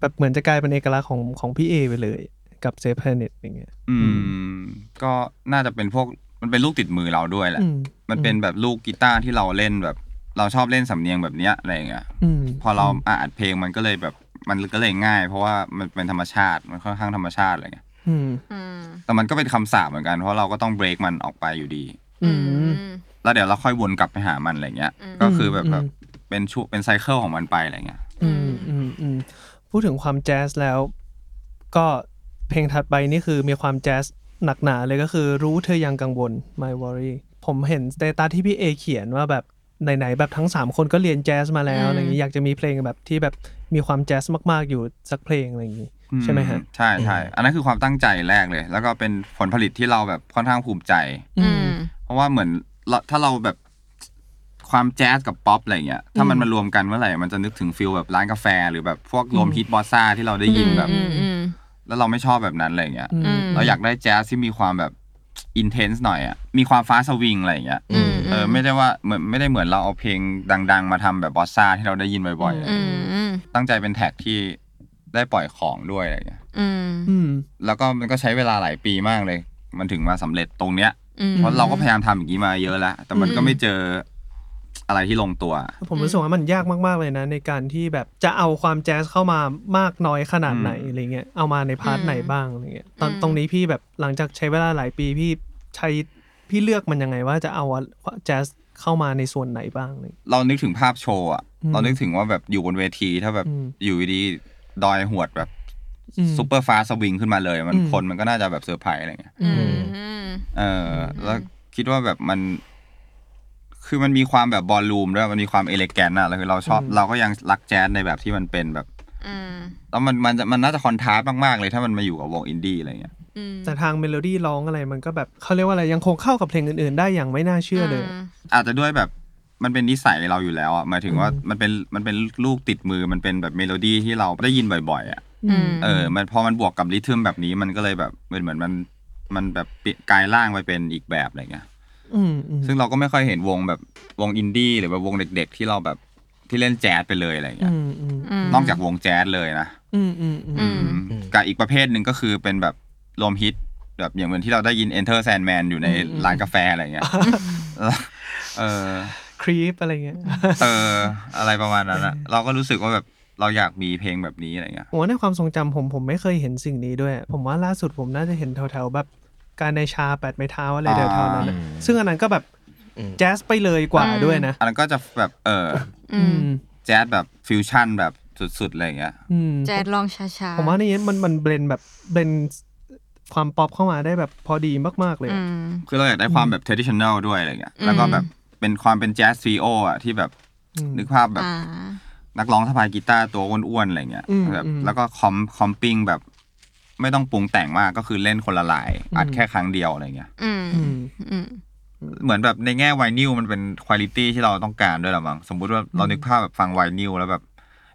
แบบเหมือนจะกลายเป็นเอกลักษณ์ของของพี่เอไปเลย กับเซฟแพเน็ตอย่างเงี้ย
อืม ก็น่าจะเป็นพวกมันเป็นลูกติดมือเราด้วยแหละ
อืม
มันเป็นแบบลูกกีตาร์ที่เราเล่นแบบ เราชอบเล่นสำเนียงแบบเนี้ยอะไรเงี้ย
อืม
พอเราอะอัดเพลงมันก็เลยแบบมันก็เลยง่าย เพราะว่ามันเป็นธรรมชาติมันค่อนข้างธรรมชาติอะไรเงี้ย
อืม
อืม
แต่มันก็เป็นคำสาปเหมือนกันเพราะเราก็ต้องเบรกมันออกไปอยู่ดี
อื
อื
ม
ม
แล้วเดี๋ยวเราค่อยวนกลับไปหามันอะไรเงี้ย
อืม
ก็คือแบบแบบ
อืม
เป็นช่วงเป็นไซเคิลของมันไปอะไรเงี้ย
อืมอืมอืมพูดถึงความแจ๊สแล้ว ก็เพลงถัดไปนี่คือมีความแจ๊สหนักหนาเลยก็คือรู้เธอยังกังวล My Worry ผมเห็นสเตตัสที่พี่เอเขียนว่าแบบไหนๆแบบทั้ง 3 คนก็เรียนแจ๊สมาแล้ว
อืม
อะไรอย่างนี้อยากจะมีเพลงแบบที่แบบมีความแจ๊สมากๆอยู่สักเพลงอะไรอย่างนี้ ใช่ไหมฮะ
ใช่ใช่อันนั้นคือความตั้งใจแรกเลย แล้วก็เป็นผลผลิตที่เราแบบค่อนข้างภูมิใจ
อืม
เพราะว่าเหมือนเราถ้าเราแบบความแจ๊สกับป๊อปอะไรเงี้ย ถ้ามันมารวมกันเมื่อไหร่ มันจะนึกถึงฟิลแบบร้านกาแฟ หรือแบบพวกรวมฮิตบอสซ่าที่เราได้ยินแบบ
อืมอืม
แล้วเราไม่ชอบแบบนั้นอะไรเงี้ย
อืม
เราอยากได้แจ๊สที่มีความแบบอินเทนส์หน่อยอะมีความฟ้าสวิงอะไรเงี้ย
อืม
เออไม่ได้ว่าเหมือนไม่ได้เหมือนเราเอาเพลงดัง ๆ มาทำแบบบอสซ่าที่เราได้ยินบ่อยๆอะไร
อื
เงี้
ม
ย
อืม
ตั้งใจเป็นแท็กที่ได้ปล่อยของด้วยอะไรเงี้ย
อืม
อืม
แล้วก็มันก็ใช้เวลาหลายปีมากเลย มันถึงมาสำเร็จตรงเนี้ย
อืม
เพราะเราก็พยายามทำอย่างนี้มาเยอะแล้ว แต่มันก็ไม่เจออะไรที่ลงตัว
ผมรู้สึกว่ามันยากมาก ๆ เลยนะ ในการที่แบบจะเอาความแจ๊สเข้ามามากน้อยขนาดไหน
อืม
อะไรเงี้ยเอามาในพาร์ท
อืม
ไหนบ้างอะไรเงี้ยตอน
อืม
ตรงนี้พี่แบบหลังจากใช้เวลาหลายปีพี่ใช้พี่เลือกมันยังไงว่าจะเอาแจ๊สเข้ามาในส่วนไหนบ้างเลย
เรานึกถึงภาพโชว์อะ
อืม
เรานึกถึงว่าแบบอยู่บนเวทีถ้าแบบ
อืม
อยู่ดีๆดอยหวดแบบ
อืม
ซูเปอร์ฟ้าสวิงขึ้นมาเลย มัน
อืม
คนมันก็น่าจะแบบเซอร์ไพรส์อะไรเงี้ย
อืม
เออแล้วคิดว่าแบบมัน คือมันมีความแบบบอลลูมด้วยมันมีความเอเลแกนอะแล้วคือเราชอบ
อืม
เราก็ยังรักแจ๊สในแบบที่มันเป็นแบบ
อืม
แล้วมันมันจะมันน่าจะคอนทราสต์มากๆเลยถ้ามันมาอยู่กับวงอินดี้อะไรเงี้ย
อืม
แต่ทางเมโลดี้ร้องอะไรมันก็แบบเขาเรียกว่าอะไรยังคงเข้ากับเพลงอื่น ๆ ได้อย่างไม่น่าเชื่อเลย
อาจจะด้วยแบบมันเป็นนิสัยเราอยู่แล้วอะหมายถึงว่ามันเป็นมันเป็นลูกติดมือมันเป็นแบบเมโลดี้ที่เราได้ยินบ่อยๆอะ
อืม
เออมันพอมันบวกกับริทึมแบบนี้มันก็เลยแบบเหมือนมันมันแบบเปลี่ยนกลายร่างไปเป็นอีกแบบอะไรเงี้ย
อืมอืม
ซึ่งเราก็ไม่ค่อยเห็นวงแบบวงอินดี้หรือแบบวงเด็ก ๆ ที่เราแบบ ที่เล่นแจ๊สไปเลยอะไรอย่างเงี้
อื
ย
มอืม
ม
นอกจากวงแจ๊สเลยนะ
อืมอืมอืม
อืม
อืมกับอีกประเภทหนึ่งก็คือเป็นแบบรวมฮิตแบบอย่างเหมือนที่เราได้ยิน Enter Sandman อยู่ใน
อืม
ร้านกาแฟอะไรเงี้ยเออ
ครีปอะไรเงี้ย
เออ อะไรประมาณนั้นอะเราก็รู้สึกว่าแบบเราอยากมีเพลงแบบนี้อะไรเงี้ย
ผมว่าในความทรงจำผมผมไม่เคยเห็นสิ่งนี้ด้วย ผมว่าล่าสุดผมน่าจะเห็นแถวๆแบบการในชาแปดไม้เท้าอะไร
อ่า
แถวๆนั้นน่ะซึ่งอันนั้นก็แบบแจ๊สไปเลยกว่า
อืม
ด้วยนะ
อันนั้นก็จะแบบเออ
อืม
แจ๊สแบบฟิวชั่นแบบสุดๆอะไรเงี้ย
อืม
แจดลองช้าๆ
ผมว่าในนี้มันมันเบลนแบบเบลนความป๊อปเข้ามาได้แบบพอดีมาก ๆ เลย
อื
อะ
ม
คือเราอยากได้ความแบบ traditional ด้วยอะไรเงี้ย
อืม
แล้วก็แบบเป็นความเป็นแจ๊สฟีโออะที่แบบนึกภาพแบบ
อ่า
นักร้องสะพายกีตาร์ตัวอ้วนๆอะไรเงี้ย
อืม
แบบ
อืม
แล้วก็คอมคอมปิ้งแบบ ไม่ต้องปรุงแต่งมากก็คือเล่นคนละลาย อัดแค่ครั้งเดียวอะไรเงี้ย
อืม
อืม
อืม
เหมือนแบบในแง่ไวนิลมันเป็นคุณลิตี้ที่เราต้องการด้วยหรอมั้งสมมุติว่าเรานึกภาพแบบฟังไวนิลแล้วแบบ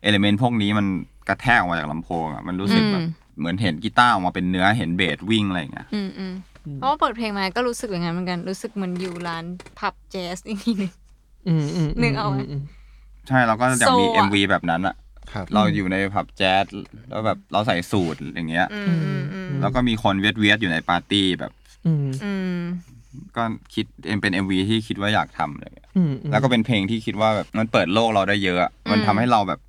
เอลิเมนต์พวกนี้มันกระแทกออกมาจากลำโพงอะมันรู้สึกแบบ
อืม
เหมือนเห็นกีตาร์ออกมาเป็นเนื้อเห็นเบสวิ่งอะไรเงี้ย
อืมอืมเพราะว่าเปิดเพลงมาก็รู้สึกอย่างนั้นเหมือนกัน รู้สึกเหมือนอยู่ร้านผับแจ๊สอีกทีหนึง
อืมอืม
นึกเอาไว้
มม
ใช่เราก็อยากมี
โซอะ
MV แบบนั้นอะ
ครับ
เราอยู่ในผับแจ๊สแล้วแบบเราใส่สูทอย่างเงี้ย
อืมอืมอืม
แล้วก็มีคนเวียดเวียดๆอยู่ในปาร์ตี้แบบ
อืม
อืม
ก็คิดเอ็มเป็น MV ที่คิดว่าอยากทำอะไรเงี้ย
อืม
แล้วก็เป็นเพลงที่คิดว่าแบบมันเปิดโลกเราได้เยอะอะมันทำให้เราแบบ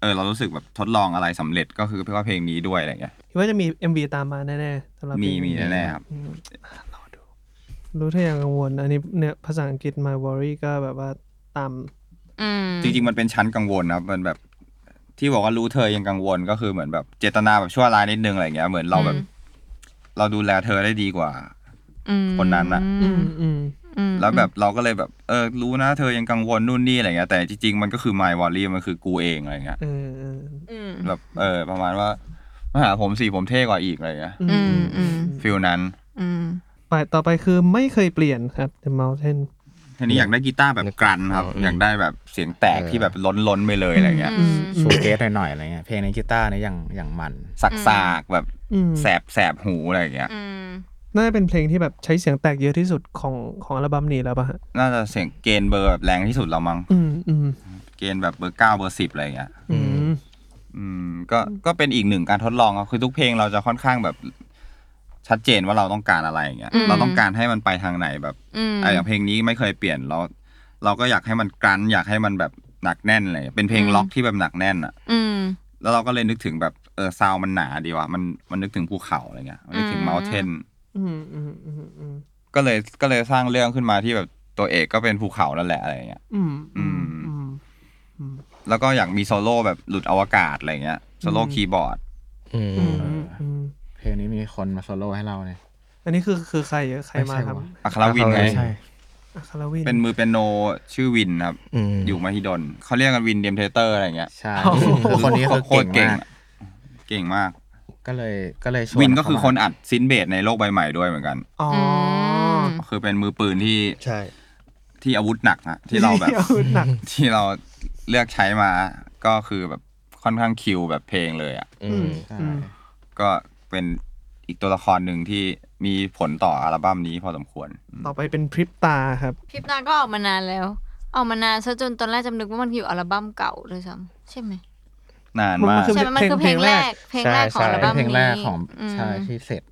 เออ เรารู้สึกแบบทดลองอะไรสำเร็จก็คือเพราะเพลงนี้ด้วยอะไรเงี้ย
คิดว่าจะมี MV ตามมาแน่ๆสำหรับ
มี
เพลง
มี
นี้
แน่ๆครับ
อืมรอดูรู้ที่อย่างกังวล อันนี้เนี่ยภาษาอังกฤษ my worry ก็แบบว่าตาม
อืม
จริง ๆ มันเป็นชั้นกังวลนะครับมันแบบ ที่บอกว่ารู้เธอยังกังวลก็คือเหมือนแบบเจตนาแบบชั่วร้ายนิดนึงอะไรเงี้ยเหมือนเราแบบ
อืม
เราดูแลเธอได้ดีกว่า
อืม
คนนั้นน่ะ
อืมอืม
อืม
แล้วแบบเราก็เลยแบบ เออ รู้นะเธอยังกังวลนู่นนี่อะไรเงี้ยแต่จริงๆมันก็คือ my worry มันคือกูเองอะไรเงี้ย
เออเออ
อืม
แบบเออ ประมาณว่ามาหาผมสิผมเท่กว่าอีกอะไรเงี้ย
อืมอืม
ฟิลนั้น
อืม
ไปต่อไปคือไม่เคยเปลี่ยนครับ The Mountain
ทีนี้อยากได้กีตาร์แบบกรันครับ
อืม
อยากได้แบบเสียงแตก
เออ
ที่แบบล้นล้นๆไปเลยอะไรเงี้ย
อืม
ชูเกสหน่อยๆอะไรเงี้ยเพลงในกีตาร์เนี่ยอย่างอย่างมัน
สักสากๆแบบ
อืม
แสบแสบหูอะไรเงี้ย
อืม
น่าจะเป็นเพลงที่แบบใช้เสียงแตกเยอะที่สุดของของอัลบั้มนี้แล้วป่ะฮะ
น่าจะเสียงเกณฑ์เบอร์แบบแรงที่สุดเรามั้ง
อืมอืม
เกณฑ์แบบเบอร์เก้าเบอร์สิบอะไรเงี้ย
อืม
อืมก็ก็เป็นอีกหนึ่งการทดลองครับคือทุกเพลงเราจะค่อนข้างแบบ ชัดเจนว่าเราต้องการอะไรอย่างเงี้ย
อืม
เราต้องการให้มันไปทางไหนแบบ
อืม
ไอะอย่างเพลงนี้ไม่เคยเปลี่ยนเราเราก็อยากให้มันกรัน อยากให้มันแบบหนักแน่นอะไรเลยเป็นเพลง
อืม
ล็อกที่แบบหนักแน่นอะ
อืม
แล้วเราก็เลยนึกถึงแบบเออซาวมันหนาดีว่ะมันมันนึกถึงภูเขาอะไรเงี้ยมันนึกถึง
อืม
เมาเทน
อืมอืมอืมอืม
ก็เลยก็เลยสร้างเรื่องขึ้นมาที่แบบตัวเอกก็เป็นภูเขานั่นแหละอะไรเงี้ย
อืมอืมอืม
แล้วก็อยากมีโซโล่แบบหลุดอวกาศอะไรเงี้ยโซโล่
อืม
คีย์บอร์ด
อืม
อืมอืม
เพลงนี้มีคนมาโซโล่ให้เราเนี่ย
อันนี้คือคือใครเยอะใครมา
ไม่ใช่
ครับ
วะ
อัคราวินไง
อัครวิน ใช่
อัคาราวิน
เป็นมือเปียโนชื่อวินครับ
อืม
อยู่มหิดลเขาเรียกกันวินเดมเทเตอร์อะไรเงี้ย
ใช่
โอ้โห
คนนี้เขา
โคตร
เก่ง
เก่ง
มาก
อะเก่งมาก
ก็เลยก็เลยช
วินก็คือค
เข้ามา
นอัดซินเบสในโลกใบใหม่ด้วยเหมือนกัน
อ๋อ
คือเป็นมือปืนที่
ใช่
ที่อาวุธหนักนะที่เราแบบ
อาหนัก
ที่เราเลือกใช้มาก็คือแบบค่อนข้างคิวแบบเพลงเลยอ่ะ
อืม
ใช่
อืม
ก็เป็นอีกตัวละครหนึ่งที่มีผลต่ออัลบั้มนี้พอสมควร
ต่อไปเป็นพริบตาครับ
คลิปหน้าก็ออกมานานแล้ว ออกมานานซะจนตอนแรกจำนึกว่ามันอยู่อัลบั้มเก่าเลยซ้ำใช่ไหม
นานมาก
คือ
ใช่ไหมมันคือเพลงแรก เพ
เพ
ล
ล
ง
ง
แร
แร
ก
ก
ของอัล
เป็
บั้
น
ม
เพล
นี้
งแรกของ
ม
ใช่ที่เสร็จ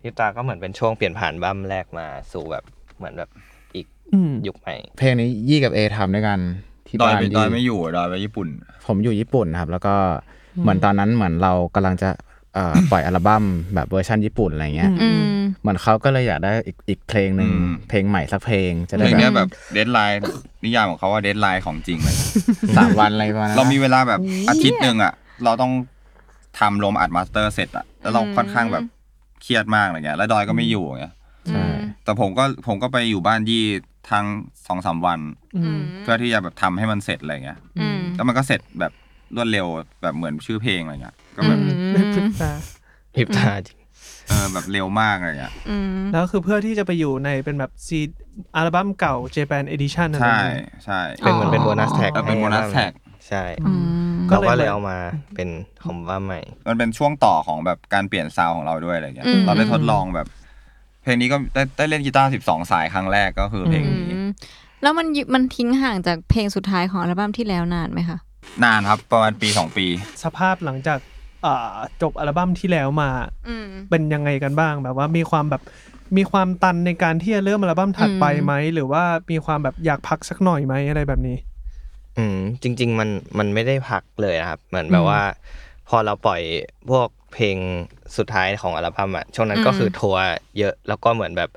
พี่ตาก็เหมือนเป็นช่วงเปลี่ยนผ่านอัลบั้มแรกมาสู่แบบเหมือนแบบอีก
อืม
ยุคใหม่
เพลงนี้ยี่กับเอทำด้วยกันที่
ดอย
บ้าน
ไป
ที่
ดอยไม่อยู่ดอยไปญี่ปุ่น
ผมอยู่ญี่ปุ่นครับ แล้วก็เหมือนตอนนั้นเหมือนเรากำลังจะเอ่อ ปล่อยอัลบั้มแบบเวอร์ชันญี่ปุ่นอะไรเงี้ย
อืม
เหมือนเขาก็เลยอยากได้อีกอีกเพลงหนึ่ง
อืม
เพลงใหม่สักเพลงจะ
เพ
ได้
ลง
แบ
เนี้ย
บ
แบบเดดไลน์นิยามของเขาว่าเดดไลน์ของจริงเลย
สามวันอะไรประมาณนั้น
เรามีเวลาแบบอาทิตย์หนึ่งอ่ะ เราต้องทำลมอัดมาสเตอร์เสร็จอ่ะ แล้วเราค่อนข้างแบบเครียดมากอะไรเงี้ย แล้วดอยก็ไม่อยู่อย่างเงี้ย
ใช่
แต่ผมก็ผมก็ไปอยู่บ้านยี่ทั้งสองสามวัน
อืม
เพื่อที่จะแบบทำให้มันเสร็จอะไรเงี้ย
อืม
แล้วมันก็เสร็จแบบรวดเร็วแบบเหมือนชื่อเพลงอะไรเงี้ย ก็แบบ
อืม
พริบตา
พี่ตาจริง
เออแบบเร็วมากอะไรเงี้ย
อืม
แล้วคือเพื่อที่จะไปอยู่ในเป็นแบบซีอัลบั้มเก่า Japan Edition อะไร
ใช่
เงี้ย
ใช่
อ๋
เป็น
อ
เหมือนเป็นโบนัสแท็ก
แล้วเป็นโบนัสแท็ก
ใช่
อืม ก็เลย
เราก็เลยเอามาเป็นคำว่าใหม่
มันเป็นช่วงต่อของแบบการเปลี่ยนซาวด์ของเราด้วยอะไรเงี้ย
อืม
เราได้ทดลองแบบ เพลงนี้ก็ได้ได้เล่นกีตาร์สิบสองสายครั้งแรกก็คือเพลงนี้
อืม แล้วมันอยู่มันทิ้งห่างจากเพลงสุดท้ายของอัลบั้มที่แล้วนานไหมคะ
นานครับ ประมาณปีสองปี
สภาพหลังจากอ่าจบอัลบั้มที่แล้วมา
อืม
เป็นยังไงกันบ้างแบบว่ามีความแบบมีความตันในการที่จะเริ่มอัลบั้มถัดไป
อืม
ไหมหรือว่ามีความแบบอยากพักสักหน่อยไหมอะไรแบบนี้
อืมจริง ๆ มันมันไม่ได้พักเลยนะครับ เหมือนแบบว่า พอเราปล่อยพวกเพลงสุดท้ายของอัลบั้มอะช่วงนั้นก็
อืม
คือทัวร์เยอะแล้วก็เหมือนแบบ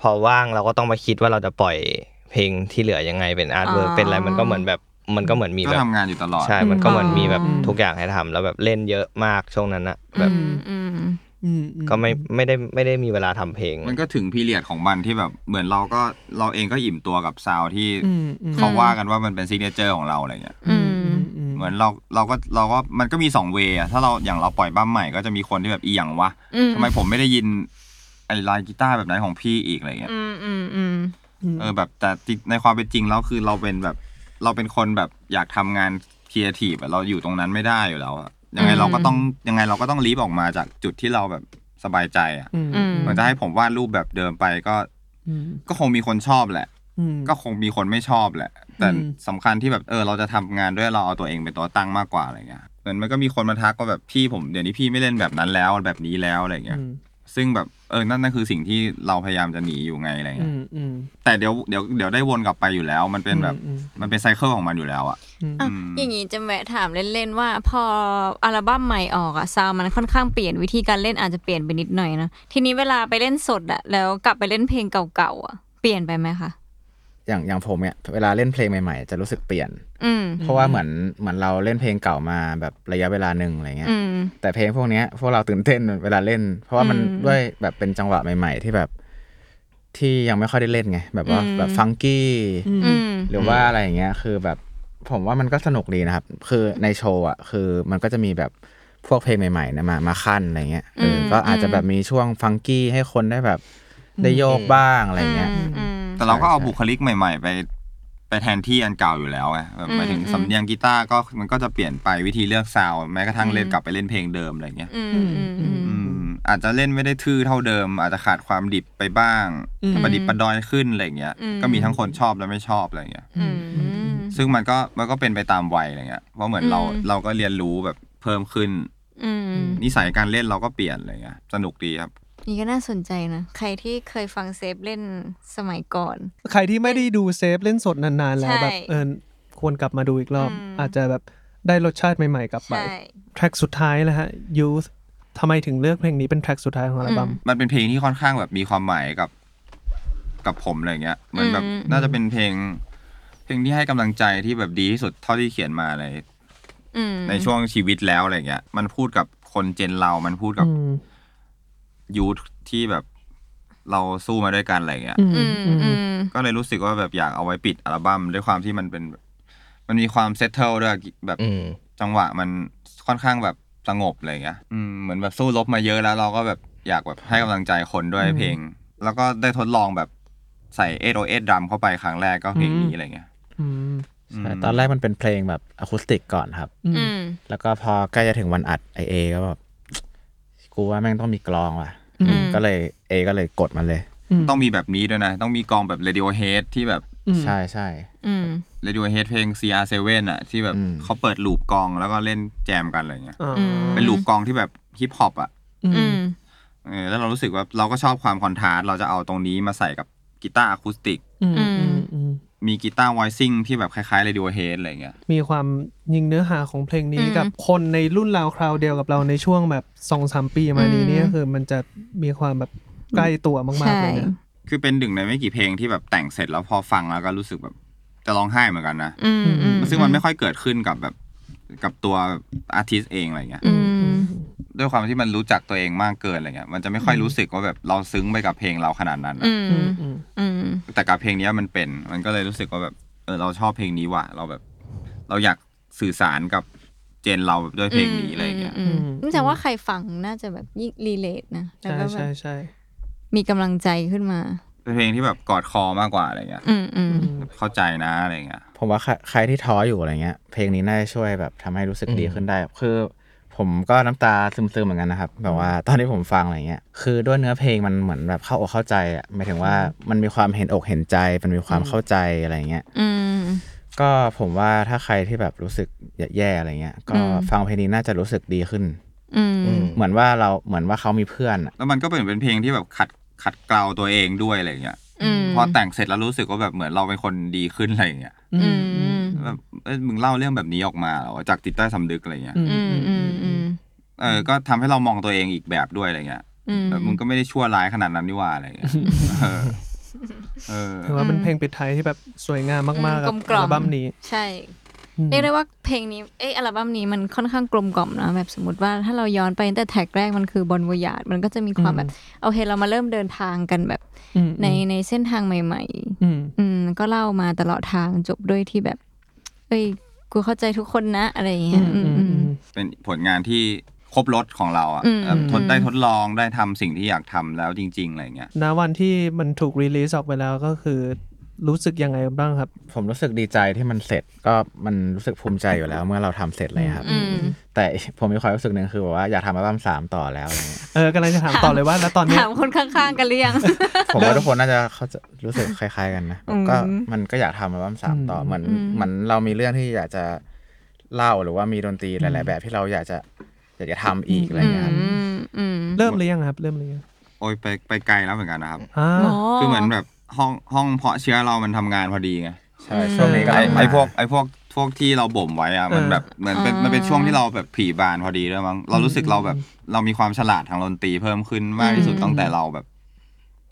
พอว่างเราก็ต้องมาคิดว่าเราจะปล่อยเพลงที่เหลือยังไงเป็นอาร์ตเวิร์กเป็นอะไรมันก็เหมือนแบบมันก็เหมือนมี
ก็
แบบ
ทำงานอยู่ตลอด
ใช่ มันก็เหมือนมีแบบ
อืม
ทุกอย่างให้ทำแล้วแบบเล่นเยอะมากช่วงนั้นอะแบบ
อืมอืม
อืมอื
ก็ไม่ไม่ได้ไม่ได้มีเวลาทำเพลง
มันก็ถึงพีเรียดของมันที่แบบเหมือนเราก็เราเองก็อิ่มตัวกับซาวด์ที่
อืมอืม
เขาว่ากันว่ามันเป็นซิกเนเจอร์ของเราอะไรเงี้ย
อืม
อืม
เหมือนเราเราก็เราก็มันก็มีสองเวย์อะถ้าเราอย่างเราปล่อยบ้ามใหม่ก็จะมีคนที่แบบอีหยังวะ
อืม
ทำไมผมไม่ได้ยินไอ้ลายกีตาร์แบบไหนของพี่อีกอะไรเงี้ย
อืมอืมอืม
เออแบบแต่จริงในความเป็นจริงแล้วคือเราเป็นแบบเราเป็นคนแบบอยากทำงานครีเอทีฟเราอยู่ตรงนั้นไม่ได้อยู่แล้วอะยังไง
อืม
เราก็ต้องยังไงเราก็ต้องรีบออกมาจากจุดที่เราแบบสบายใจอ่ะ
อืม
อืม
มันจะให้ผมวาดรูปแบบเดิมไปก็
อืม
ก็คงมีคนชอบแหละ
อืม
ก็คงมีคนไม่ชอบแหละ แต่
อืม
สำคัญที่แบบเออเราจะทำงานด้วยเราเอาตัวเองเป็นตัวตั้งมากกว่าอะไรเงี้ยเหมือนมันก็มีคนมาทักว่าแบบพี่ผมเดี๋ยวนี้พี่ไม่เล่นแบบนั้นแล้วแบบนี้แล้วอะไรเงี้ย
อืม
ซึ่งแบบเออนั่นนั่นคือสิ่งที่เราพยายามจะหนีอยู่ไงอะไร
อื
เงี้ย
มอืม
แต่เดี๋ยวเดี๋ยวเดี๋ยวได้วนกลับไปอยู่แล้ว มันเป็นแบบ
อืมอืม
มันเป็นไซเคิลของมันอยู่แล้วอะ
อ่ะ
อืม
อย่างนี้จะแวะถามเล่น ๆ ว่าพออัลบั้มใหม่ออกอะซาวมันค่อนข้างเปลี่ยนวิธีการเล่นอาจจะเปลี่ยนไปนิดหน่อยนะทีนี้เวลาไปเล่นสดอะแล้วกลับไปเล่นเพลงเก่าๆอะเปลี่ยนไปไหมคะ
อย่างอย่างผมเนี่ยเวลาเล่นเพลงใหม่ๆ จะรู้สึกเปลี่ยน
อืม
เพราะว่าเหมือนเหมือนเราเล่นเพลงเก่ามาแบบระยะเวลาหนึ่งอะไรเงี้ย
อืม
แต่เพลงพวกเนี้ยพวกเราตื่นเต้นเวลาเล่น เพราะว่ามัน
อืม
ด้วยแบบเป็นจังหวะใหม่ ๆ ที่แบบ ที่ยังไม่ค่อยได้เล่นไง แบบว่า
อืม
แบบฟังกี้
อืม
หรือว่าอะไรอย่างเงี้ยคือแบบผมว่ามันก็สนุกดีนะครับ คือในโชว์อ่ะคือมันก็จะมีแบบพวกเพลงใหม่ๆเนะมามาขั้นอะไรเงี้ยเอออ
ม
ก็อาจจะแบบมีช่วงฟังกี้ให้คนได้แบบได้โยกบ้างอะไรเงี้ย
อืมอืม
แต่เราก็เอา
ใช่
บุคลิกใหม่ ๆ ไป ไปแทนที่อันเก่าอยู่แล้วไงแบบหมายถึง
อืม
สำเนียงกีตาร์ก็มันก็จะเปลี่ยนไปวิธีเลือกซาวด์แม้กระทั่งเล่นกลับไปเล่นเพลงเดิมอะไรเงี้ย
อืมอืมอืม
อืมอาจจะเล่นไม่ได้ทื่อเท่าเดิม อาจจะขาดความดิบไปบ้าง
อืม
ประดิบประดอยขึ้นอะไรเงี้ย
อืม
ก็มีทั้งคนชอบและไม่ชอบอะไรเงี้ย
อืม
ซึ่งมันก็มันก็เป็นไปตามวัยอะไรเงี้ยเพราะเหมือนเรา
อืม
เราก็เรียนรู้แบบเพิ่มขึ้น
อืม
นิสัยการเล่นเราก็เปลี่ยนอะไรเงี้ยสนุกดีครับ
นี่ก็น่าสนใจนะใครที่เคยฟังเซฟเล่นสมัยก่อน
ใครที่ไม่ได้ดูเซฟเล่นสดนานๆ แล้ว
ใช่
แบบเออควรกลับมาดูอีกรอบ
อืม
อาจจะแบบได้รสชาติใหม่ๆ กลับไป
ใช่
แทร็กสุดท้ายแล้วฮะ Youth ทำไมถึงเลือกเพลงนี้เป็นแทร็กสุดท้ายของอัลบั้ม
มันเป็นเพลงที่ค่อนข้างแบบมีความหมายกับกับผมอะไรเงี้ยเหมือนแบบ
อืม
น่าจะเป็นเพลง เพลงที่ให้กำลังใจที่แบบดีที่สุดเท่าที่เขียนมาใน
อืม
ในช่วงชีวิตแล้วอะไรเงี้ยมันพูดกับคนเจนเรามันพูดกับ
อืม
ยูทที่แบบเราสู้มาด้วยกันอะไรเงี้ย
อืม
อืม
อืม
อืม
ก็เลยรู้สึกว่าแบบอยากเอาไว้ปิดอัลบั้มด้วยความที่มันเป็นแบบมันมีความเซตเทิลด้วยแบบ
อืม
จังหวะมันค่อนข้างแบบสงบอะไรเงี้ยอืมเหมือนแบบสู้รบมาเยอะแล้วเราก็แบบอยากแบบให้กำลังใจคนด้วยเพลง แล้วก็ได้ทดลองแบบใส่เอโอเอดรัมเข้าไปครั้งแรกก็เพลงนี้อะไรเงี้ย
อืม
ใช่ตอนแรกมันเป็นเพลงแบบอะคูสติกก่อนครับ
อืม
แล้วก็พอใกล้จะถึงวันอัดไอเอก็แบบกูว่าแม่งต้องมีกลองว่ะ
อืม
ก็เลยเอก็เลยกดมันเลย
ต้องมีแบบนี้ด้วยนะ ต้องมีกองแบบ Radiohead ที่แบบ
ใช่ใช่
อืม
Radiohead เพลง CR7 อ่ะ ที่แบบ
อืม
เขาเปิดลูปกองแล้วก็เล่นแจมกันอะไรเงี้ย
อ่า
เป็นลูปกองที่แบบฮิปฮอปอ่ะ
อืม
เออแล้วเรารู้สึกว่าเราก็ชอบความคอนทราสต์เราจะเอาตรงนี้มาใส่กับกีตาร์อะคูสติก
อืม
อืม
อืมอืม
มีกีตาร์ไวซิ่งที่แบบคล้ายๆเรดิโอเฮดอะไรเงี้ย
มีความยิงเนื้อหาของเพลงนี้
อืม
กับคนในรุ่นราวคราวเดียวกับเราในช่วงแบบสองสามปีมานี้
อืม
เนี่ยคือมันจะมีความแบบใกล้ตัวมากๆ
ใช่
เลยนะ
คือเป็นหนึ่งในไม่กี่เพลงที่แบบแต่งเสร็จแล้วพอฟังแล้วก็รู้สึกแบบจะร้องไห้เหมือนกันนะ
อืมอืม
ซึ่งมันไม่ค่อยเกิดขึ้นกับแบบกับตัวอาร์ติสเองอะไรเงี้ย
อืม
ด้วยความที่มันรู้จักตัวเองมากเกินอะไรเงี้ยมันจะไม่ค่อยรู้สึกว่าแบบเราซึ้งไปกับเพลงเราขนาดนั้นนะ
อืม
อืมอืม
อืม
แต่กับเพลงเนี้ยมันเป็นมันก็เลยรู้สึกว่าแบบเออเราชอบเพลงนี้ว่ะเราแบบ เราอยากสื่อสารกับเจนเราด้วยเพลงนี้อะไรเงี้ย
อืมอืมอืมแต่ว่าใครฟังน่าจะแบบยิ่งรีเลทนะแล้
ใช่
วก็แบ
ใช่
บ
ใช่
มีกำลังใจขึ้นมา
เป็นเพลงที่แบบกอดคอมากกว่าอะไรเงี้ย
อืมอืม
อืม
เข้าใจนะอะไรเงี้ย
ผมว่าใครใครที่ท้ออยู่อะไรเงี้ย เพลงนี้น่าจะช่วยแบบทำให้รู้สึกดีขึ้นได้ คือ ผ ผมก็น้ำตาซึมๆเหมือนกันนะครับแบบว่าตอนที่ผมฟังอะไรเงี้ยคือด้วยเนื้อเพลงมันเหมือนแบบเข้าอกเข้าใจอ่ะหมายถึงว่ามันมีความเห็นอกเห็นใจ มันมีความเข้าใจอะไรเงี้ย
อืม
ก็ผมว่าถ้าใครที่แบบรู้สึกแย่ๆอะไรเงี้ยก็
อืม
ฟังเพลงนี้น่าจะรู้สึกดีขึ้น
อืม
อืม
เหมือนว่าเราเหมือนว่าเขามีเพื่อนอะ
แล้วมันก็เป็นเป็นเพลงที่แบบขัดขัดเกลาตัวเองด้วยอะไรอย่างเงี้ย
อืม
พอแต่งเสร็จแล้วรู้สึกว่าแบบเหมือนเราเป็นคนดีขึ้นอะไรอย่างเงี้ย
อืม
แบบเอ้ยมึงเล่าเรื่องแบบนี้ออกมาเหรอจากจิตใต้สำนึกอะไรเงี้ย
อืม
อืมอืมอืม
เออก็ทำให้เรามองตัวเองอีกแบบด้วยอะไรเงี้ย
อืม
แบบมึงก็ไม่ได้ชั่วร้ายขนาดนั้นนี่หว่าอะไรเงี้ยเออเออ
ถือว่าเป็นเพลงปิดท้ายที่แบบสวยงามมากๆกับ
อืมกลมๆ
อัลบั้มนี้
ใช่
อืม
เรียกได้ว่าเพลงนี้ เอยอัลบั้มนี้มันค่อนข้างกลมกล่อมนะแบบสมมติว่าถ้าเราย้อนไปตั้งแต่แท็กแรกมันคือบนวิยาดมันก็จะมีความ
อืม
แบบโอเคเรามาเริ่มเดินทางกันแบบ
อืม
ในในเส้นทางใหม่
อืม
ๆ อืมก็เล่ามาตลอดทางจบด้วยที่แบบ เอ้ยกูเข้าใจทุกคนนะอะไรอย่างเงี้ยอืมอืม
เป็นผลงานที่ครบรถของเราอ่ะ
อืม
เออทนได้ทดลองได้ทำสิ่งที่อยากทำแล้วจริง ๆอะไรเงี้ย
ณวันที่มันถูกรีลีสออกไปแล้วก็คือรู้สึกยังไงบ้างครับ
ผมรู้สึกดีใจที่มันเสร็จก็มันรู้สึกภูมิใจอยู่แล้ว เมื่อเราทำเสร็จเลยครับ
อืม
แต่ผมมีความรู้สึกหนึ่งคือแบบว่าอยากทำอัลบั้มสามต่อแล้วอะไรเงี้ย
เออกำลังจะถามต่อเลยว่า แล้วตอนเนี้ย
ถามคนข้างๆกันหรือยัง
ผมว่าทุกคนน่าจะเขาจะรู้สึกคล้าย ๆกันนะ
อืม
ก็มันก็อยากทำอัลบั้มสามต่อเหมือน
อืม
เหมือนเรามีเรื่องที่อยากจะเล่าหรือว่ามีดนตรีหลาย ๆ แบบที่เราอยากจะอยากจะทำอีกอะไร
อื
เงี้ยครับ
มอืม
เริ่มหรือยังครับ เริ่มหรือยัง
โอ้ยไปไปไกลแล้วเหมือนกันนะครับ
อ่า
คือเหมือนแบบห้องห้องเพาะเชื้อเรามันทำงานพอดีไง
ใช่ช่วงนี้ก็
ไอ
มา
ไอพวกไอพวกพวกที่เราบ่มไว้อะมัน
เออ
แบบเหมือนเป็น
อ๋อ
มันเป็นช่วงที่เราแบบผีบานพอดีด้วยมั้งเรารู้สึกเราแบบเรามีความฉลาดทางดนตรีเพิ่มขึ้นมากที่สุดตั้งแต่เราแบบ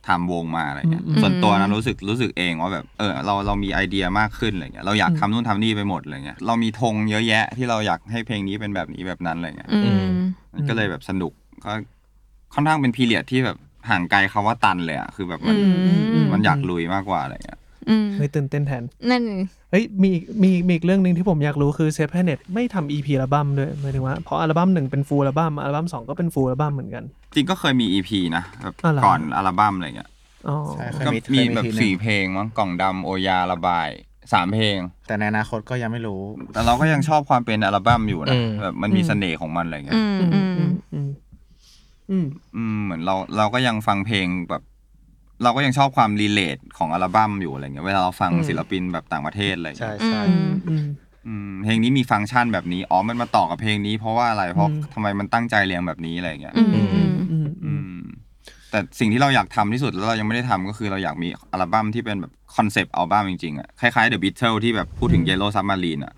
ทำวงมาอะไรเงี้ยส่วนตัวนะรู้สึกรู้สึกเองว่าแบบเออเราเรามีไอเดียมากขึ้นอะไรเงี้ยเราอยากทำนู่นทำนี่ไปหมดอะไรเงี้ยเรามีธงเยอะแยะที่เราอยากให้เพลงนี้เป็นแบบนี้แบบนั้นอะไรเงี้ย
อืม
มันก็เลยแบบสนุกก็ค่อนข้างเป็นพีเรียดที่แบบห่างไกลคำว่าตันเลยอะคือแบบมัน
อืม
มันอยากลุยมากกว่าอะไรเงี้ย
อืม
เฮ้ยตื่นเต้นแทน
นั่น
เฮ้ยมีอีกมีมีอีกเรื่องหนึ่งที่ผมอยากรู้คือเซฟแพเน็ตไม่ทำ EP อัลบั้มด้วยหมายถึงว่าเพราะอัลบั้มหนึ่งเป็นฟูลอัลบั้มอัลบั้มสองก็เป็นฟูลอัลบั้มเหมือนกัน
จริงก็เคยมี EP นะแบบ
อ๋อเหรอ
ก่อนอัลบั้มอะไรเงี้ย
อ๋อ
ใช่
ก็
เคยเค
มี
ย
แบบ
ทีหนึ่ง
สี่เพลงมั้งกล่องดำโอยาระบายสามเพลง
แต่ในอนาคตก็ยังไม่รู้
แต่เราก็ยังชอบความเป็นอัลบั้มอยู่นะ
อืม
แบบมันมีเสน่ห์ของมันอะไรเงี้
อื
ย
ม
อื
อื
ม
ม
อืมอืมอืม
อืมเหมือนเราเราก็ยังฟังเพลงแบบ เราก็ยังชอบความรีเลทของอัลบั้มอยู่อะไรเงี้ยเวลาเราฟัง
อืม
ศิลปินแบบต่างประเทศอะไร
ใช่
เงี้ย
ใช่
อืม
อืม
อืมเพลงนี้มีฟังก์ชันแบบนี้อ๋อมันมาต่อกับเพลงนี้เพราะว่าอะไรเพราะ
อืม
ทำไมมันตั้งใจเรียงแบบนี้อะไรเงี้ย
อืมอืม
อืมอื
อื
ม
มแต่สิ่งที่เราอยากทำที่สุดแล้วเรายังไม่ได้ทำก็คือเราอยากมีอัลบั้มที่เป็นแบบคอนเซปต์อัลบั้มจริงๆอ่ะคล้ายๆ The Beatles ที่แบบพูดถึง Yellow Submarine อ่ะ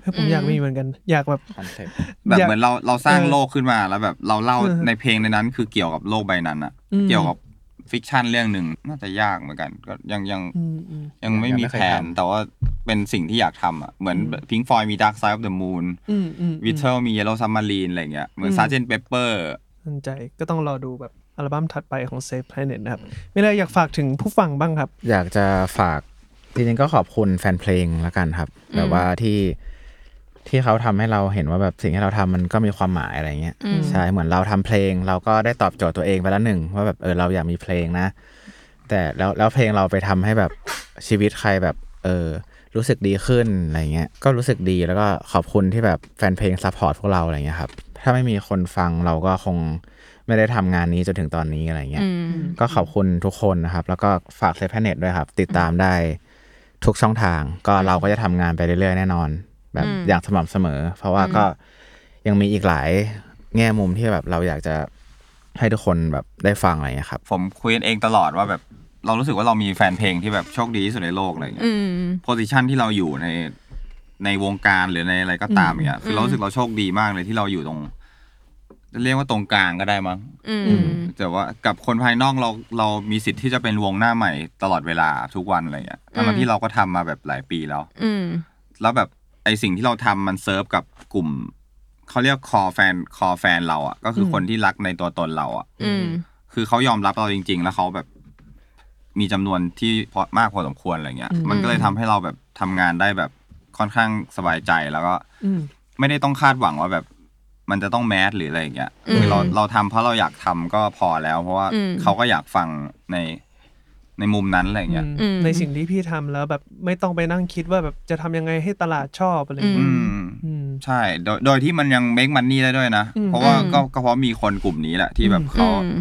เฮ้ยผมอยากมีเหมือนกัน อยากแบบ
concept
แบบ
อยาก
เหมือนเราเราสร้าง
เออ
โลกขึ้นมาแล้วแบบเราเล่า
เออ
ในเพลงในนั้นคือเกี่ยวกับโลกใบนั้นอ่ะ
อืม
เกี่ยวกับฟิกชันเรื่องหนึ่งน่าจะยากเหมือนกันก็ยังยัง
อืมอืม
ยังไม่
ยังไม่
มี
เค
แผ
ย
น
ทำ
แต่ว่าเป็นสิ่งที่อยากทำอ่ะเหมือน Pink Floyd มี Dark Side of the Moon
อืมอืม
Beatles มี Yellow Submarine อะไรเงี้ยเหมือน
อืม
Sgt Pepper
สนใจก็ต้องรอดูแบบอัลบั้มถัดไปของ Save Planet นะครับมีอะไรอยากฝากถึงผู้ฟังบ้างครับ
อยากจะฝากจริงๆก็ขอบคุณแฟนเพลงแล้วกันครับ แบบว่าที่ที่เขาทำให้เราเห็นว่าแบบสิ่งที่เราทำมันก็มีความหมายอะไรเงี้ย
อืม
ใช่เหมือนเราทำเพลง เราก็ได้ตอบโจทย์ตัวเองไปแล้วหนึ่งว่าแบบเออเราอยากมีเพลงนะ แต่แล้วแล้วเพลงเราไปทำให้แบบชีวิตใครแบบ เออ รู้สึกดีขึ้นอะไรเงี้ยก็รู้สึกดีแล้วก็ขอบคุณที่แบบแฟนเพลงซัพพอร์ตพวกเราอะไรเงี้ยครับถ้าไม่มีคนฟังเราก็คงไม่ได้ทำงานนี้จนถึงตอนนี้อะไรเงี้ย
อืม
ก็ขอบคุณทุกคนนะครับ แล้วก็ฝากเซฟแพเน็ตด้วยครับ ติดตามได้ทุกช่องทาง ก็เราก็จะทำงานไปเรื่อยๆ แน่นอน แบบ
อืม
อย่างสม่ำเสมอ เพราะว่าก็ยังมีอีกหลายแง่มุมที่แบบเราอยากจะให้ทุกคนแบบได้ฟังอะไรอย่างเงี้ยครับ
ผมคุยกันเองตลอดว่าแบบเรารู้สึกว่าเรามีแฟนเพลงที่แบบโชคดีที่สุดในโลกอะไรเงี้ย
อืม
โพสิชันที่เราอยู่ในในวงการหรือในอะไรก็ตามเนี่ยคือเรารู้สึกเราโชคดีมากเลยที่เราอยู่ตรงเรียกว่าตรงกลางก็ได้มั้ง
อืม
แต่ว่ากับคนภายนอกเราเรามีสิทธิ์ที่จะเป็นวงหน้าใหม่ตลอดเวลาทุกวันอะไรเงี้ยทั้งๆที่เราก็ทำมาแบบหลายปีแล้ว
อืม
แล้วแบบไอสิ่งที่เราทำมันเซิร์ฟกับกลุ่มเขาเรียกคอแฟนคอแฟนเราอ่ะก็คืออคนที่รักในตัวตนเราอ่ะ
อืม
คือเขายอมรับเราจริง ๆ แล้วเขาแบบมีจำนวนที่พอมากพอสมควรอะไรเงี้ย มันก็เลยทำให้เราแบบทำงานได้แบบค่อนข้างสบายใจแล้วก็
อืม
ไม่ได้ต้องคาดหวังว่าแบบ มันจะต้องแมสหรืออะไรอย่างเงี้ย
อืม
คือเราเราทำเพราะเราอยากทำก็พอแล้ว เพราะว่า
อืม
เขาก็อยากฟังในในมุมนั้นอะไรเงี้ย
อืม
อืม
ในสิ่งที่พี่ทำแล้วแบบไม่ต้องไปนั่งคิดว่าแบบจะทำยังไงให้ตลาดชอบอะไรอย่าง
อื
เงี้ย
ม
อืม
ใช่ โดยโดยที่มันยังเม k มันนี่ได้ด้วยนะ
อืม
เพราะว่า
อืม
ก็ก็เพราะมีคนกลุ่มนี้แหละที่แบบเขา
อืม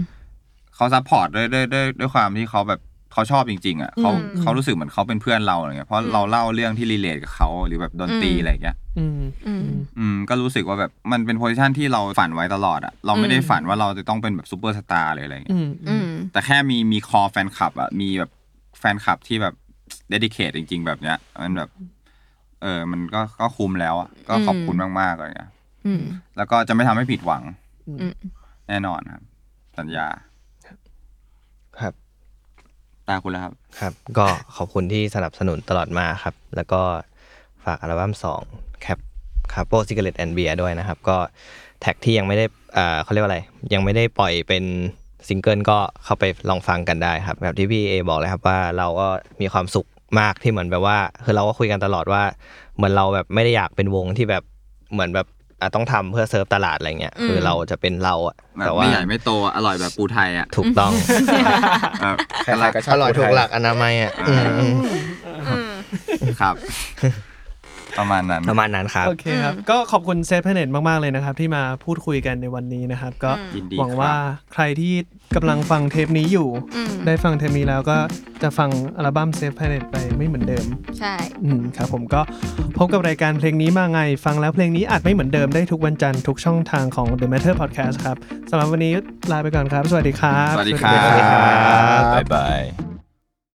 เขาซัพพอร์ตด้วยด้วยด้วยด้วยความที่เขาแบบเขาชอบจริง ๆ อ่ะเขา
อืม
เขารู้สึกเหมือนเขาเป็นเพื่อนเราอะไรเงี้ยเพราะ
อืม
เราเล่าเรื่องที่รีเลทกับเขาหรือแบบดนตรี
อืม
อะไรอย่างเงี้ย
อืม
อืม
อืมก็รู้สึกว่าแบบมันเป็นโพซิชันที่เราฝันไว้ตลอดอะเราไม่ได้ฝันว่าเราจะต้องเป็นแบบซูเปอร์สตาร์เลยอะไร
อื
เงี้ย
ม
อืม
แต่แค่มีมีคอแฟนคลับอะมีแบบแฟนคลับที่แบบเดดิเคทจริง ๆ แบบเนี้ยมันแบบ เออมันก็ก็คุ้มแล้วอะก็ขอบคุณมากๆอะไรเงี้ย
อืม
แล้วก็จะไม่ทำให้ผิดหวัง
อืม
แน่นอนครับ สัญญา
ครับ
ตาคุณแล้วครับ
ครับ ก็ขอบคุณที่สนับสนุนตลอดมาครับ แล้วก็ฝากอัลบั้ม2ครับคาโปซิกเ e ตแอนเบียด้วยนะครับ ก็แท็กที่ยังไม่ได้อ่าเขาเรียกว่าอะไร ยังไม่ได้ปล่อยเป็นซิงเกิลก็เข้าไปลองฟังกันได้ครับ แบบที่พี่เอบอกเลยครับว่าเราก็มีความสุขมากที่เหมือนแบบว่า คือเราก็คุยกันตลอดว่า เหมือนเราแบบไม่ได้อยากเป็นวงที่แบบเหมือนแบบอ่ะต้องทำเพื่อเซิร์ฟตลาดอะไรเงี้ยคืออ
ม
เราจะเป็นเราอะ
แบบ
แต่ว่า
ไม่ใหญ่ไม่โตอะอร่อยแบบปูไทยอะ
ถูกต้อง
แบบ
ใครๆก็ชอบ
อร่อยถูกหลักอนามัยอ่ะอืมอืม
ครับ ประมาณนั้น
ประมาณนั้นครับ
โอเคครับ ก็ขอบคุณเซฟเพเนตมาก ๆ เลยนะครับ ที่มาพูดคุยกันในวันนี้นะครับ ก็
ยินดี
หวัง
ครับ
ว่าใครที่กำลังฟังเทปนี้อยู่
อืม
ได้ฟังเทปนี้แล้วก็จะฟังอัลบั้มเซฟเพเนตไปไม่เหมือนเดิม
ใช่
อืมครับผมก็พบกับรายการเพลงนี้มาไง ฟังแล้วเพลงนี้อัดไม่เหมือนเดิมได้ทุกวันจันทร์ทุกช่องทางของ The Matter Podcast ครับสำหรับวันนี้ลาไปก่อนครับ สวัสดีครับ
สวัสดีครับ
ครับ
บ๊ายบาย